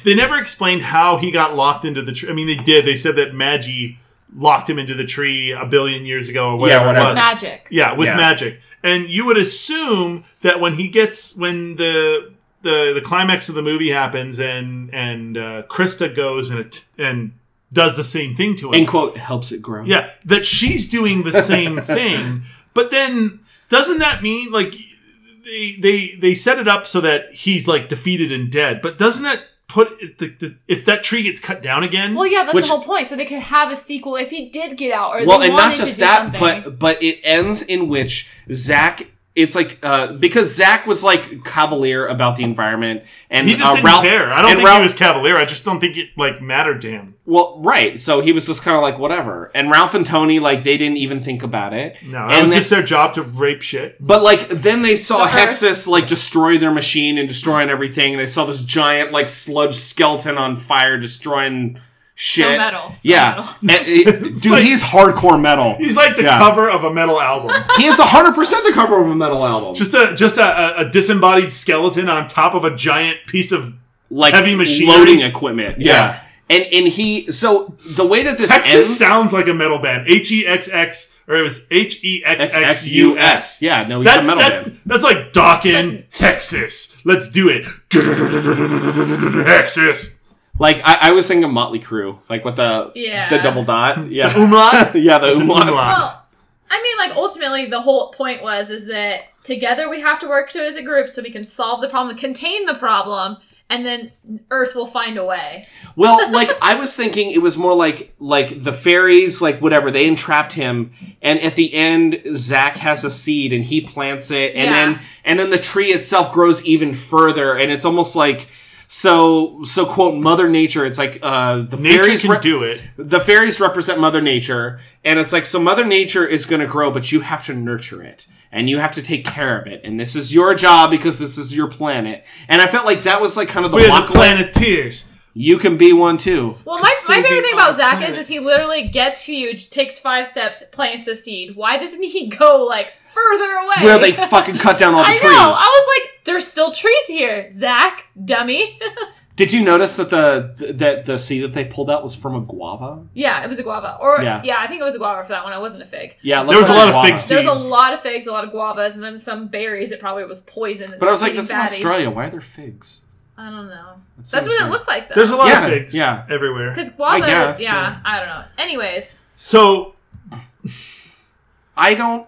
A: They never explained how he got locked into the tree. I mean, they did. They said that Magi locked him into the tree a billion years ago or whatever,
B: whatever.
A: it was.
C: Magic.
A: Yeah, with
B: Yeah.
A: magic. And you would assume that when he gets when the the the climax of the movie happens and and uh, Krista goes and att- and does the same thing to him.
B: And quote helps it grow.
A: Yeah, that she's doing the same thing. But then doesn't that mean like they they they set it up so that he's like defeated and dead? But doesn't that put the, the, if that tree gets cut down again?
C: Well, yeah, that's
B: Which-
C: the whole point. So they could have a sequel if he did get out, or
B: well
C: they
B: and
C: wanted
B: not just
C: to do
B: that
C: something.
B: but but it ends in which zach it's like uh, because Zach was like cavalier about the environment, and
A: he just
B: uh,
A: didn't
B: Ralph,
A: care. I don't
B: and
A: think
B: Ralph,
A: he was cavalier. I just don't think it like mattered to him.
B: well, right. So he was just kind of like whatever. And Ralph and Tony, like they didn't even think about it.
A: No, that
B: and
A: was
B: then-
A: just their job to rape shit.
B: But like then they saw
C: The Earth.
B: Hexus like destroy their machine and destroying everything. And they saw this giant like sludge skeleton on fire destroying shit.
C: So metal, so
B: yeah,
C: metal.
B: And it-
A: It's
B: dude,
A: like-
B: he's hardcore metal.
A: He's like the
B: Yeah.
A: cover of a metal album.
B: he is hundred percent the cover of a metal album.
A: just a just a, a, a disembodied skeleton on top of a giant piece of
B: like
A: Heavy machinery.
B: loading equipment. Yeah. And and he so the way that this
A: Hexus
B: ends
A: sounds like a metal band. H E X X or it was H E X X U
B: XXUS.
A: S.
B: Yeah, no, he's
A: That's
B: a metal
A: that's
B: band.
A: that's like Dawkin Hexus. Let's do it. Hexus.
B: Like I, I was thinking Motley Crue, like with the
C: Yeah.
B: the double dot. Yeah.
A: Umlaut.
B: yeah, the
A: It's an
B: umlaut.
A: umlaut.
C: Well, I mean, like ultimately, the whole point was is that together we have to work to as a group so we can solve the problem, contain the problem, and then Earth will find a way.
B: Well, like I was thinking, it was more like like the fairies, like whatever they entrapped him, and at the end, Zach has a seed and he plants it, and
C: Yeah.
B: then and then the tree itself grows even further, and it's almost like so so quote Mother Nature. It's like uh, the
A: Nature
B: fairies
A: can
B: re-
A: do it.
B: the fairies represent Mother Nature, and it's like so Mother Nature is going to grow, but you have to nurture it and you have to take care of it, and this is your job because this is your planet. And I felt like that was like kind of the,
A: We're the
B: walk away.
A: Planeteers.
B: You can be one too.
C: Well, my, my favorite thing about Zach is,
B: planet.
C: is he literally gets huge, takes five steps, plants a seed. Why doesn't he go like further away?
B: where they fucking cut down all the
C: I know.
B: trees.
C: I was like, there's still trees here, Zach, dummy.
B: Did you notice that the that the seed that they pulled out was from a guava?
C: yeah, it was a guava, or
B: Yeah.
C: yeah. I think it was a guava for that one. It wasn't a fig.
B: Yeah, it
A: There was
B: looked
A: a
B: like
A: lot of
B: guava.
A: fig seeds.
C: There was
A: Jeez.
C: a lot of figs, a lot of guavas, and then some berries. It probably was poison.
B: But I was like, this
C: batty.
B: is Australia. Why are there figs?
C: I don't know.
B: That
C: That's
B: sounds
C: what
B: weird.
C: it looked like though.
A: There's a lot
B: Yeah,
A: of figs
B: yeah.
A: everywhere.
C: because guava.
B: I guess,
C: yeah,
B: yeah.
C: I don't know. Anyways,
A: So
B: I don't.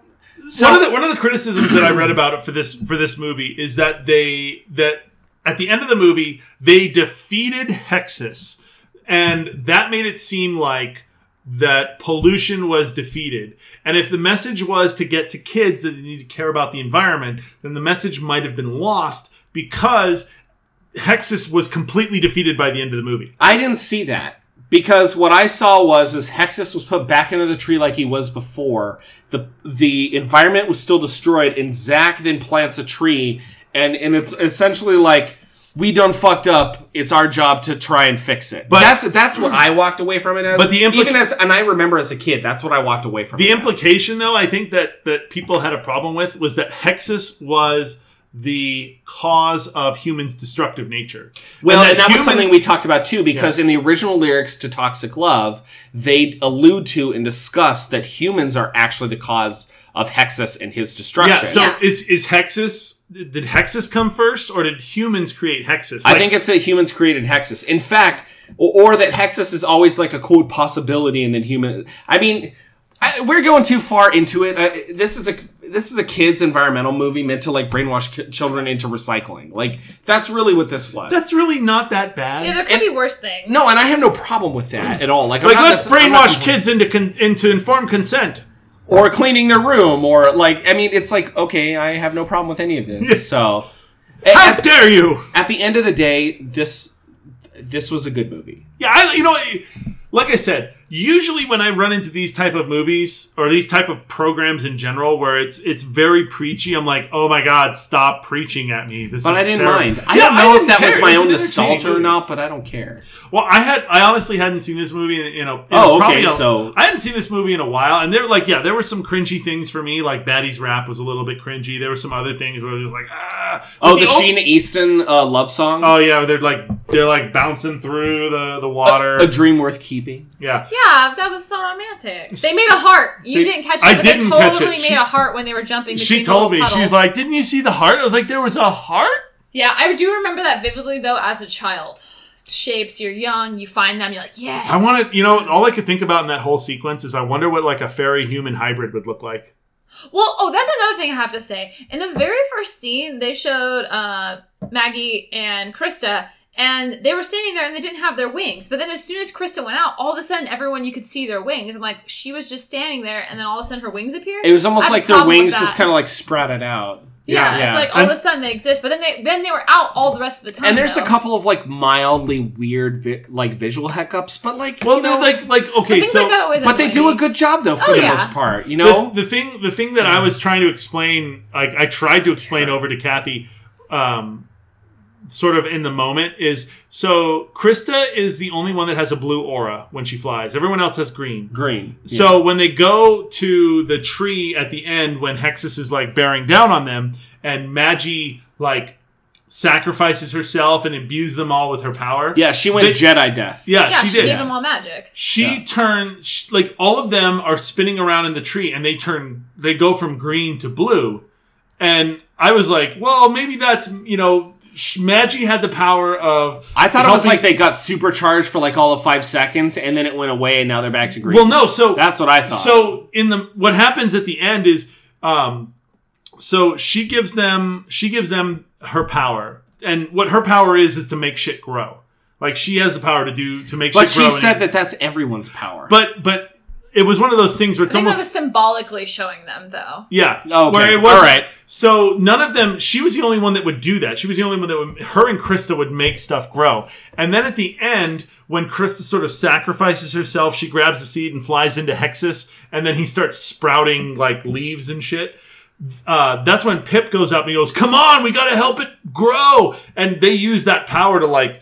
A: one of the one of the criticisms that I read about it for this for this movie is that they that at the end of the movie they defeated Hexus, and that made it seem like that pollution was defeated. And if the message was to get to kids that they need to care about the environment, then the message might have been lost because Hexus was completely defeated by the end of the movie.
B: I didn't see that because what I saw was is Hexus was put back into the tree like he was before. the The environment was still destroyed, and Zach then plants a tree, and and it's essentially like we done fucked up. It's our job to try and fix it. But
A: But-
B: that's that's what I walked away from it as.
A: But the implica-
B: even as and I remember as a kid, that's what I walked away from.
A: The
B: it as.
A: implication, though, I think that that people had a problem with was that Hexus was the cause of humans' destructive nature.
B: Well, and that, was
A: human-
B: something we talked about too, because in the original lyrics to Toxic Love, they allude to and discuss that humans are actually the cause of Hexus and his destruction.
A: Yeah. So
C: Yeah.
A: is is Hexus? Did Hexus come first, or did humans create Hexus?
B: I think it's that humans created Hexus. In fact, or, or that Hexus is always like a quote possibility, and then human. I mean, I, we're going too far into it. I, this is a this is a kids environmental movie meant to like brainwash ki- children into recycling. Like that's really what this was.
A: that's really not that bad.
C: yeah, there could be worse things.
B: no, and I have no problem with that at all. Like, I'm
A: like
B: not
A: let's
B: necess- I'm not
A: brainwash kids into con- into informed consent.
B: or cleaning their room or like i mean it's like okay i have no problem with any of this so A-
A: How
B: at,
A: dare you?
B: at the end of the day this this was a good movie
A: Yeah, I, you know, like I said, usually when I run into these type of movies or these type of programs in general, where it's it's very preachy, I'm like, oh my god, stop preaching at me. This
B: but
A: is
B: i didn't
A: terrible."
B: mind i
A: Yeah,
B: don't know if
A: didn't
B: that
A: care.
B: was
A: It
B: my own
A: an entertaining
B: nostalgia or
A: movie.
B: not but i don't care
A: Well, I had, I honestly hadn't seen this movie in, in a. In
B: Oh, okay,
A: probably a-
B: so-
A: I hadn't seen this movie in a while, and they were like, yeah, there were some cringy things for me, like Batty's rap was a little bit cringy. There were some other things where it was like, ah.
B: oh the,
A: But old-
B: sheena easton uh, love song
A: Oh yeah, they're like they're like bouncing through the the water.
B: a dream worth keeping
A: yeah,
C: Yeah, that was so romantic. They made a heart. You
A: They-
C: didn't catch it.
A: I
C: but
A: didn't
C: they
A: catch
C: totally
A: it.
C: made
A: She-
C: a heart when they were jumping.
A: she
C: between the
A: told me
C: little
A: she's
C: puddles.
A: like, didn't you see the heart? I was like, there was a heart.
C: yeah, I do remember that vividly though. As a child, shapes. You're young. You find them. You're like, yes.
A: I want to, you know, all I could think about in that whole sequence is I wonder what like a fairy human hybrid would look like.
C: Well, oh, that's another thing I have to say. In the very first scene, they showed uh, Maggie and Krista, and they were standing there and they didn't have their wings. But then as soon as Krista went out, all of a sudden everyone you could see their wings. I'm like, she was just standing there, and then all of a sudden her wings appeared.
B: it was almost
C: I have
B: like
C: a
B: their
C: problem with
B: wings
C: that.
B: just kind of like sprouted out
C: yeah,
B: yeah.
C: it's like all of a sudden they exist, but then they then they were out all the rest of the time.
B: and there's a
C: though.
B: couple of like mildly weird vi- like visual hiccups but like
A: Well,
B: you know,
A: like, like,
C: But
A: okay,
C: things
A: so
C: like that always.
B: but they do a good job though for
C: Oh,
B: the
C: yeah.
B: most part you know
A: the, the thing, the thing that I was trying to explain, like I tried to explain over to Kathy, um, sort of in the moment is so Krista is the only one that has a blue aura when she flies. Everyone else has green.
B: green.
A: So when they go to the tree at the end, when Hexus is like bearing down on them, and Magi like sacrifices herself and imbues them all with her power.
B: yeah, she went
A: They-
B: Jedi death.
A: yeah,
C: Yeah,
A: she,
C: she,
A: did.
C: gave them all magic.
A: She
B: Yeah.
A: turns sh like all of them are spinning around in the tree, and they turn they go from green to blue, and I was like, well, maybe that's you know Maggie had the power of.
B: I thought it was
A: helping-
B: like they got supercharged for like all of five seconds, and then it went away, and now they're back to green.
A: Well, no. So
B: that's what I thought.
A: So in the what happens at the end is um so she gives them she gives them her power. And what her power is is to make shit grow. Like she has the power to do to make
B: but
A: shit grow.
B: she
A: and-
B: said that that's everyone's power.
A: but but it was one of those things where
C: I
A: it's
C: think
A: almost
C: that was symbolically showing them, though.
A: yeah.
B: Oh, Okay,
A: Where it was
B: all right.
A: So none of them. She was the only one that would do that. She was the only one that would. Her and Krista would make stuff grow. And then at the end, when Krista sort of sacrifices herself, she grabs the seed and flies into Hexus, and then he starts sprouting like leaves and shit. Uh, that's when Pip goes up and he goes, "Come on, we gotta help it grow." And they use that power to like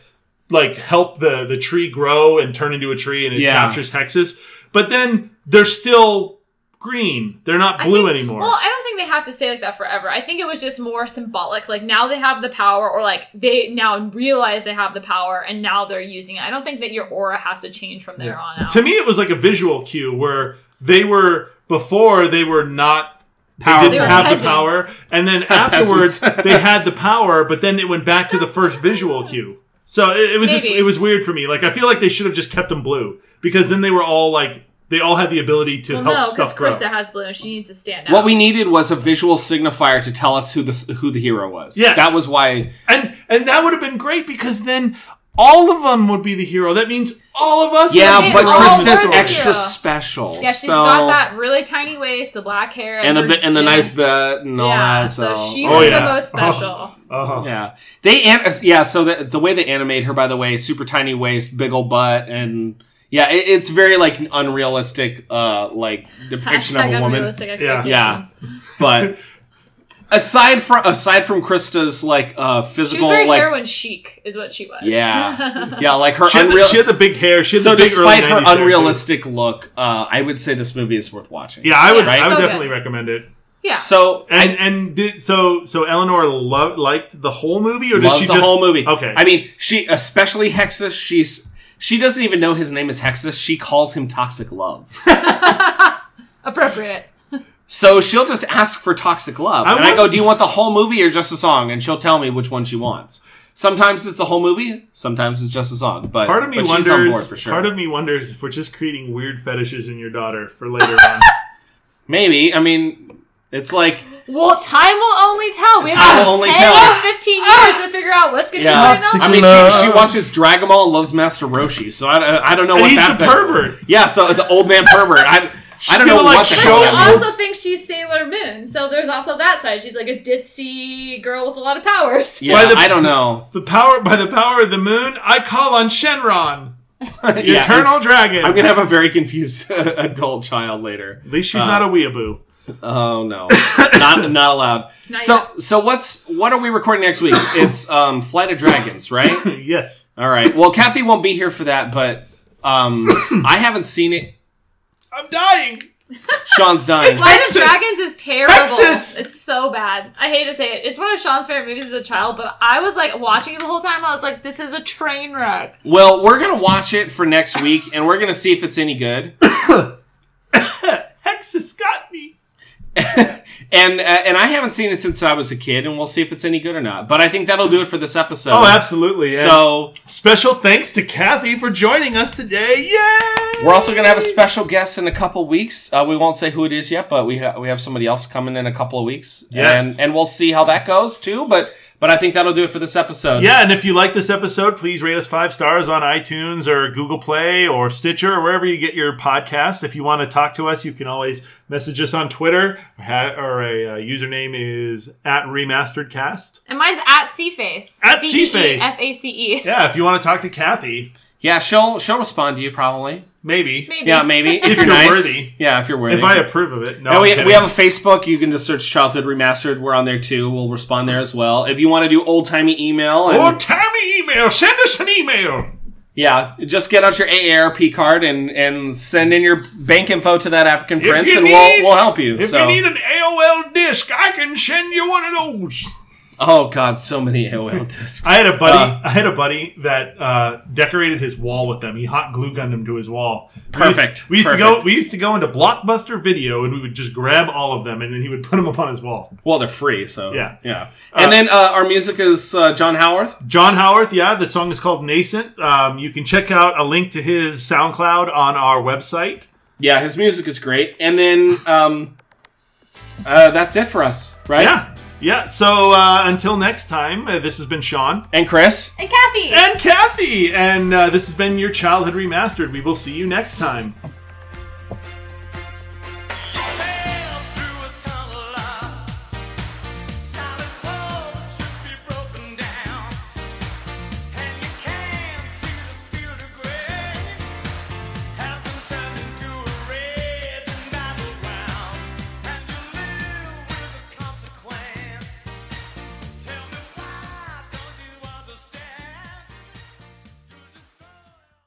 A: like help the the tree grow and turn into a tree, and it
B: Yeah.
A: captures Hexus. But then they're still green. They're not
C: I
A: blue
C: think-
A: anymore.
C: Well, I don't think they have to stay like that forever. I think it was just more symbolic. Like now they have the power, or like they now realize they have the power, and now they're using it. I don't think that your aura has to change from there on out.
A: to me it was like a visual cue where they were before they were not they
B: Powerful.
A: didn't
C: They were
A: have
C: peasants.
A: the power and then afterwards
B: Peasants.
A: they had the power but then it went back to the first visual cue so it, it was just
C: Maybe.
A: it was weird for me like i feel like they should have just kept them blue because then they were all like they all had the ability to
C: well,
A: help
C: no, because
A: stuff grow
C: Krista has blue, and she needs to stand out.
B: what we needed was a visual signifier to tell us who the who the hero was.
A: Yes.
B: that was why.
A: and and that would have been great because then all of them would be the hero that means all of us
B: Yeah,
A: are the
B: but
A: heroes.
C: all
B: Krista's
C: were the
B: extra
C: hero.
B: special.
C: yeah, she's
B: so,
C: got that really tiny waist, the black hair,
B: and the
C: her-
B: bi- and the
C: yeah.
B: nice butt and all
C: Yeah,
B: that. So,
C: so she
A: Oh,
C: was
A: yeah.
C: the most special.
A: Oh.
B: yeah, they an- yeah. So the, the way they animate her, by the way, super tiny waist, big old butt, and yeah, it, it's very like unrealistic, uh, like depiction
C: Hashtag
B: of a woman.
C: unrealistic
A: Yeah.
B: Yeah.
C: expectations.
B: But aside from aside from Krista's like uh
C: She
B: physical
C: was very
B: like
C: heroin chic, is what she was.
B: yeah yeah like her
A: She, had the,
B: unreal-
A: she had the big hair she had
B: so
A: the big
B: despite
A: early
B: her
A: 90s hair, too.
B: unrealistic look, uh, I would say this movie is worth watching.
A: yeah i would
C: Yeah,
A: i would
C: so good.
A: definitely recommend it
C: yeah.
B: So
A: And
B: I
A: and did so so Eleanor loved liked the whole movie or did
B: loves
A: she
B: the
A: just
B: whole movie.
A: Okay.
B: I mean she especially Hexus. She's she doesn't even know his name is Hexus. She calls him Toxic Love.
C: Appropriate.
B: so she'll just ask for Toxic Love,
A: I
B: and I
A: want-
B: go, "Do you want the whole movie or just a song?" And she'll tell me which one she wants. Sometimes it's the whole movie. Sometimes it's just a song. But
A: part of me
B: but
A: wonders
B: she's on board for sure.
A: part of me wonders if we're just creating weird fetishes in your daughter for later on.
B: Maybe I mean it's like
C: Well, time will only tell. We
B: Time
C: have
B: will only
C: 10
B: tell.
C: or 15 years to figure out what's going to
B: Yeah.
C: yeah. be
B: I mean, she, she watches Dragon Ball, loves Master Roshi, so I, I don't know
A: And
B: what
A: he's
B: that
A: the
B: thing-
A: pervert.
B: Yeah, so the old man pervert. I, I don't
A: gonna,
B: know
A: like,
B: what the
C: But
A: show
C: she
A: him.
B: hell.
C: also thinks she's Sailor Moon, so there's also that side. She's like a ditzy girl with a lot of powers.
B: Yeah,
A: Why the-
B: I don't know.
A: the power by the power of the moon, I call on Shenron, the
B: Yeah,
A: eternal
B: it's-
A: dragon.
B: I'm gonna have a very confused adult child later.
A: At least she's not
B: Uh.
A: a weeaboo.
B: Oh no, not not allowed.
C: Not
B: so so what's what are we recording next week? It's um, Flight of Dragons, right?
A: yes.
B: All right. Well, Kathy won't be here for that, but um, I haven't seen it.
A: I'm dying.
B: Sean's dying.
C: Flight of
A: Texas!
C: Dragons is terrible.
A: Texas!
C: It's so bad. I hate to say it. It's one of Sean's favorite movies as a child, but I was like watching it the whole time. I was like, this is a train wreck.
B: Well, we're gonna watch it for next week, and we're gonna see if it's any good.
A: Hexus got me.
B: And uh, and I haven't seen it since I was a kid, and we'll see if it's any good or not. But I think that'll do it for this episode.
A: Oh, absolutely. and
B: So
A: special thanks to Kathy for joining us today. Yay!
B: we're also gonna have a special guest in a couple weeks. Uh, we won't say who it is yet, but we ha- we have somebody else coming in a couple of weeks.
A: Yes.
B: and, and we'll see how that goes too. But but I think that'll do it for this episode.
A: Yeah, and if you like this episode, please rate us five stars on iTunes or Google Play or Stitcher or wherever you get your podcast. If you want to talk to us, you can always message us on Twitter. Our, our uh, username is at RemasteredCast.
C: And mine's at Seaface.
A: At Seaface.
C: F A C E.
A: Yeah, if you want to talk to Kathy,
B: yeah. She'll she'll respond to you probably.
A: maybe.
C: Maybe.
B: Yeah, maybe if,
A: you're
B: nice.
A: worthy.
B: Yeah, if you're worthy.
A: If I approve of it. No,
B: And
A: I'm
B: we,
A: kidding.
B: we have a Facebook. You can just search Childhood Remastered. We're on there too. We'll respond there as well. If you want to do old timey email, and,
A: Or Oh, Tammy email. Send us an email.
B: yeah, just get out your AARP card and, and send in your bank info to that African
A: If
B: prince,
A: you
B: and
A: need-
B: we'll, we'll help you.
A: If you
B: so
A: need an AOL disc, I can send you one of those.
B: Oh god, so many AOL discs.
A: I had a buddy.
B: Uh,
A: I had a buddy that uh, decorated his wall with them. He hot glue gunned them to his wall.
B: Perfect.
A: We used, we used to go.
B: Perfect.
A: We used to go into Blockbuster Video, and we would just grab all of them, and then he would put them up on his wall.
B: well, they're free, so
A: Yeah.
B: yeah. And then uh, our music is uh, John Howarth.
A: John Howarth, yeah, the song is called Nascent. Um, you can check out a link to his SoundCloud on our website.
B: Yeah, his music is great. And then um, uh, that's it for us, right?
A: Yeah, yeah. So uh, until next time, uh, this has been Sean
B: And Chris,
C: And Kathy.
A: and Kathy, and uh, this has been your Childhood Remastered. We will see you next time.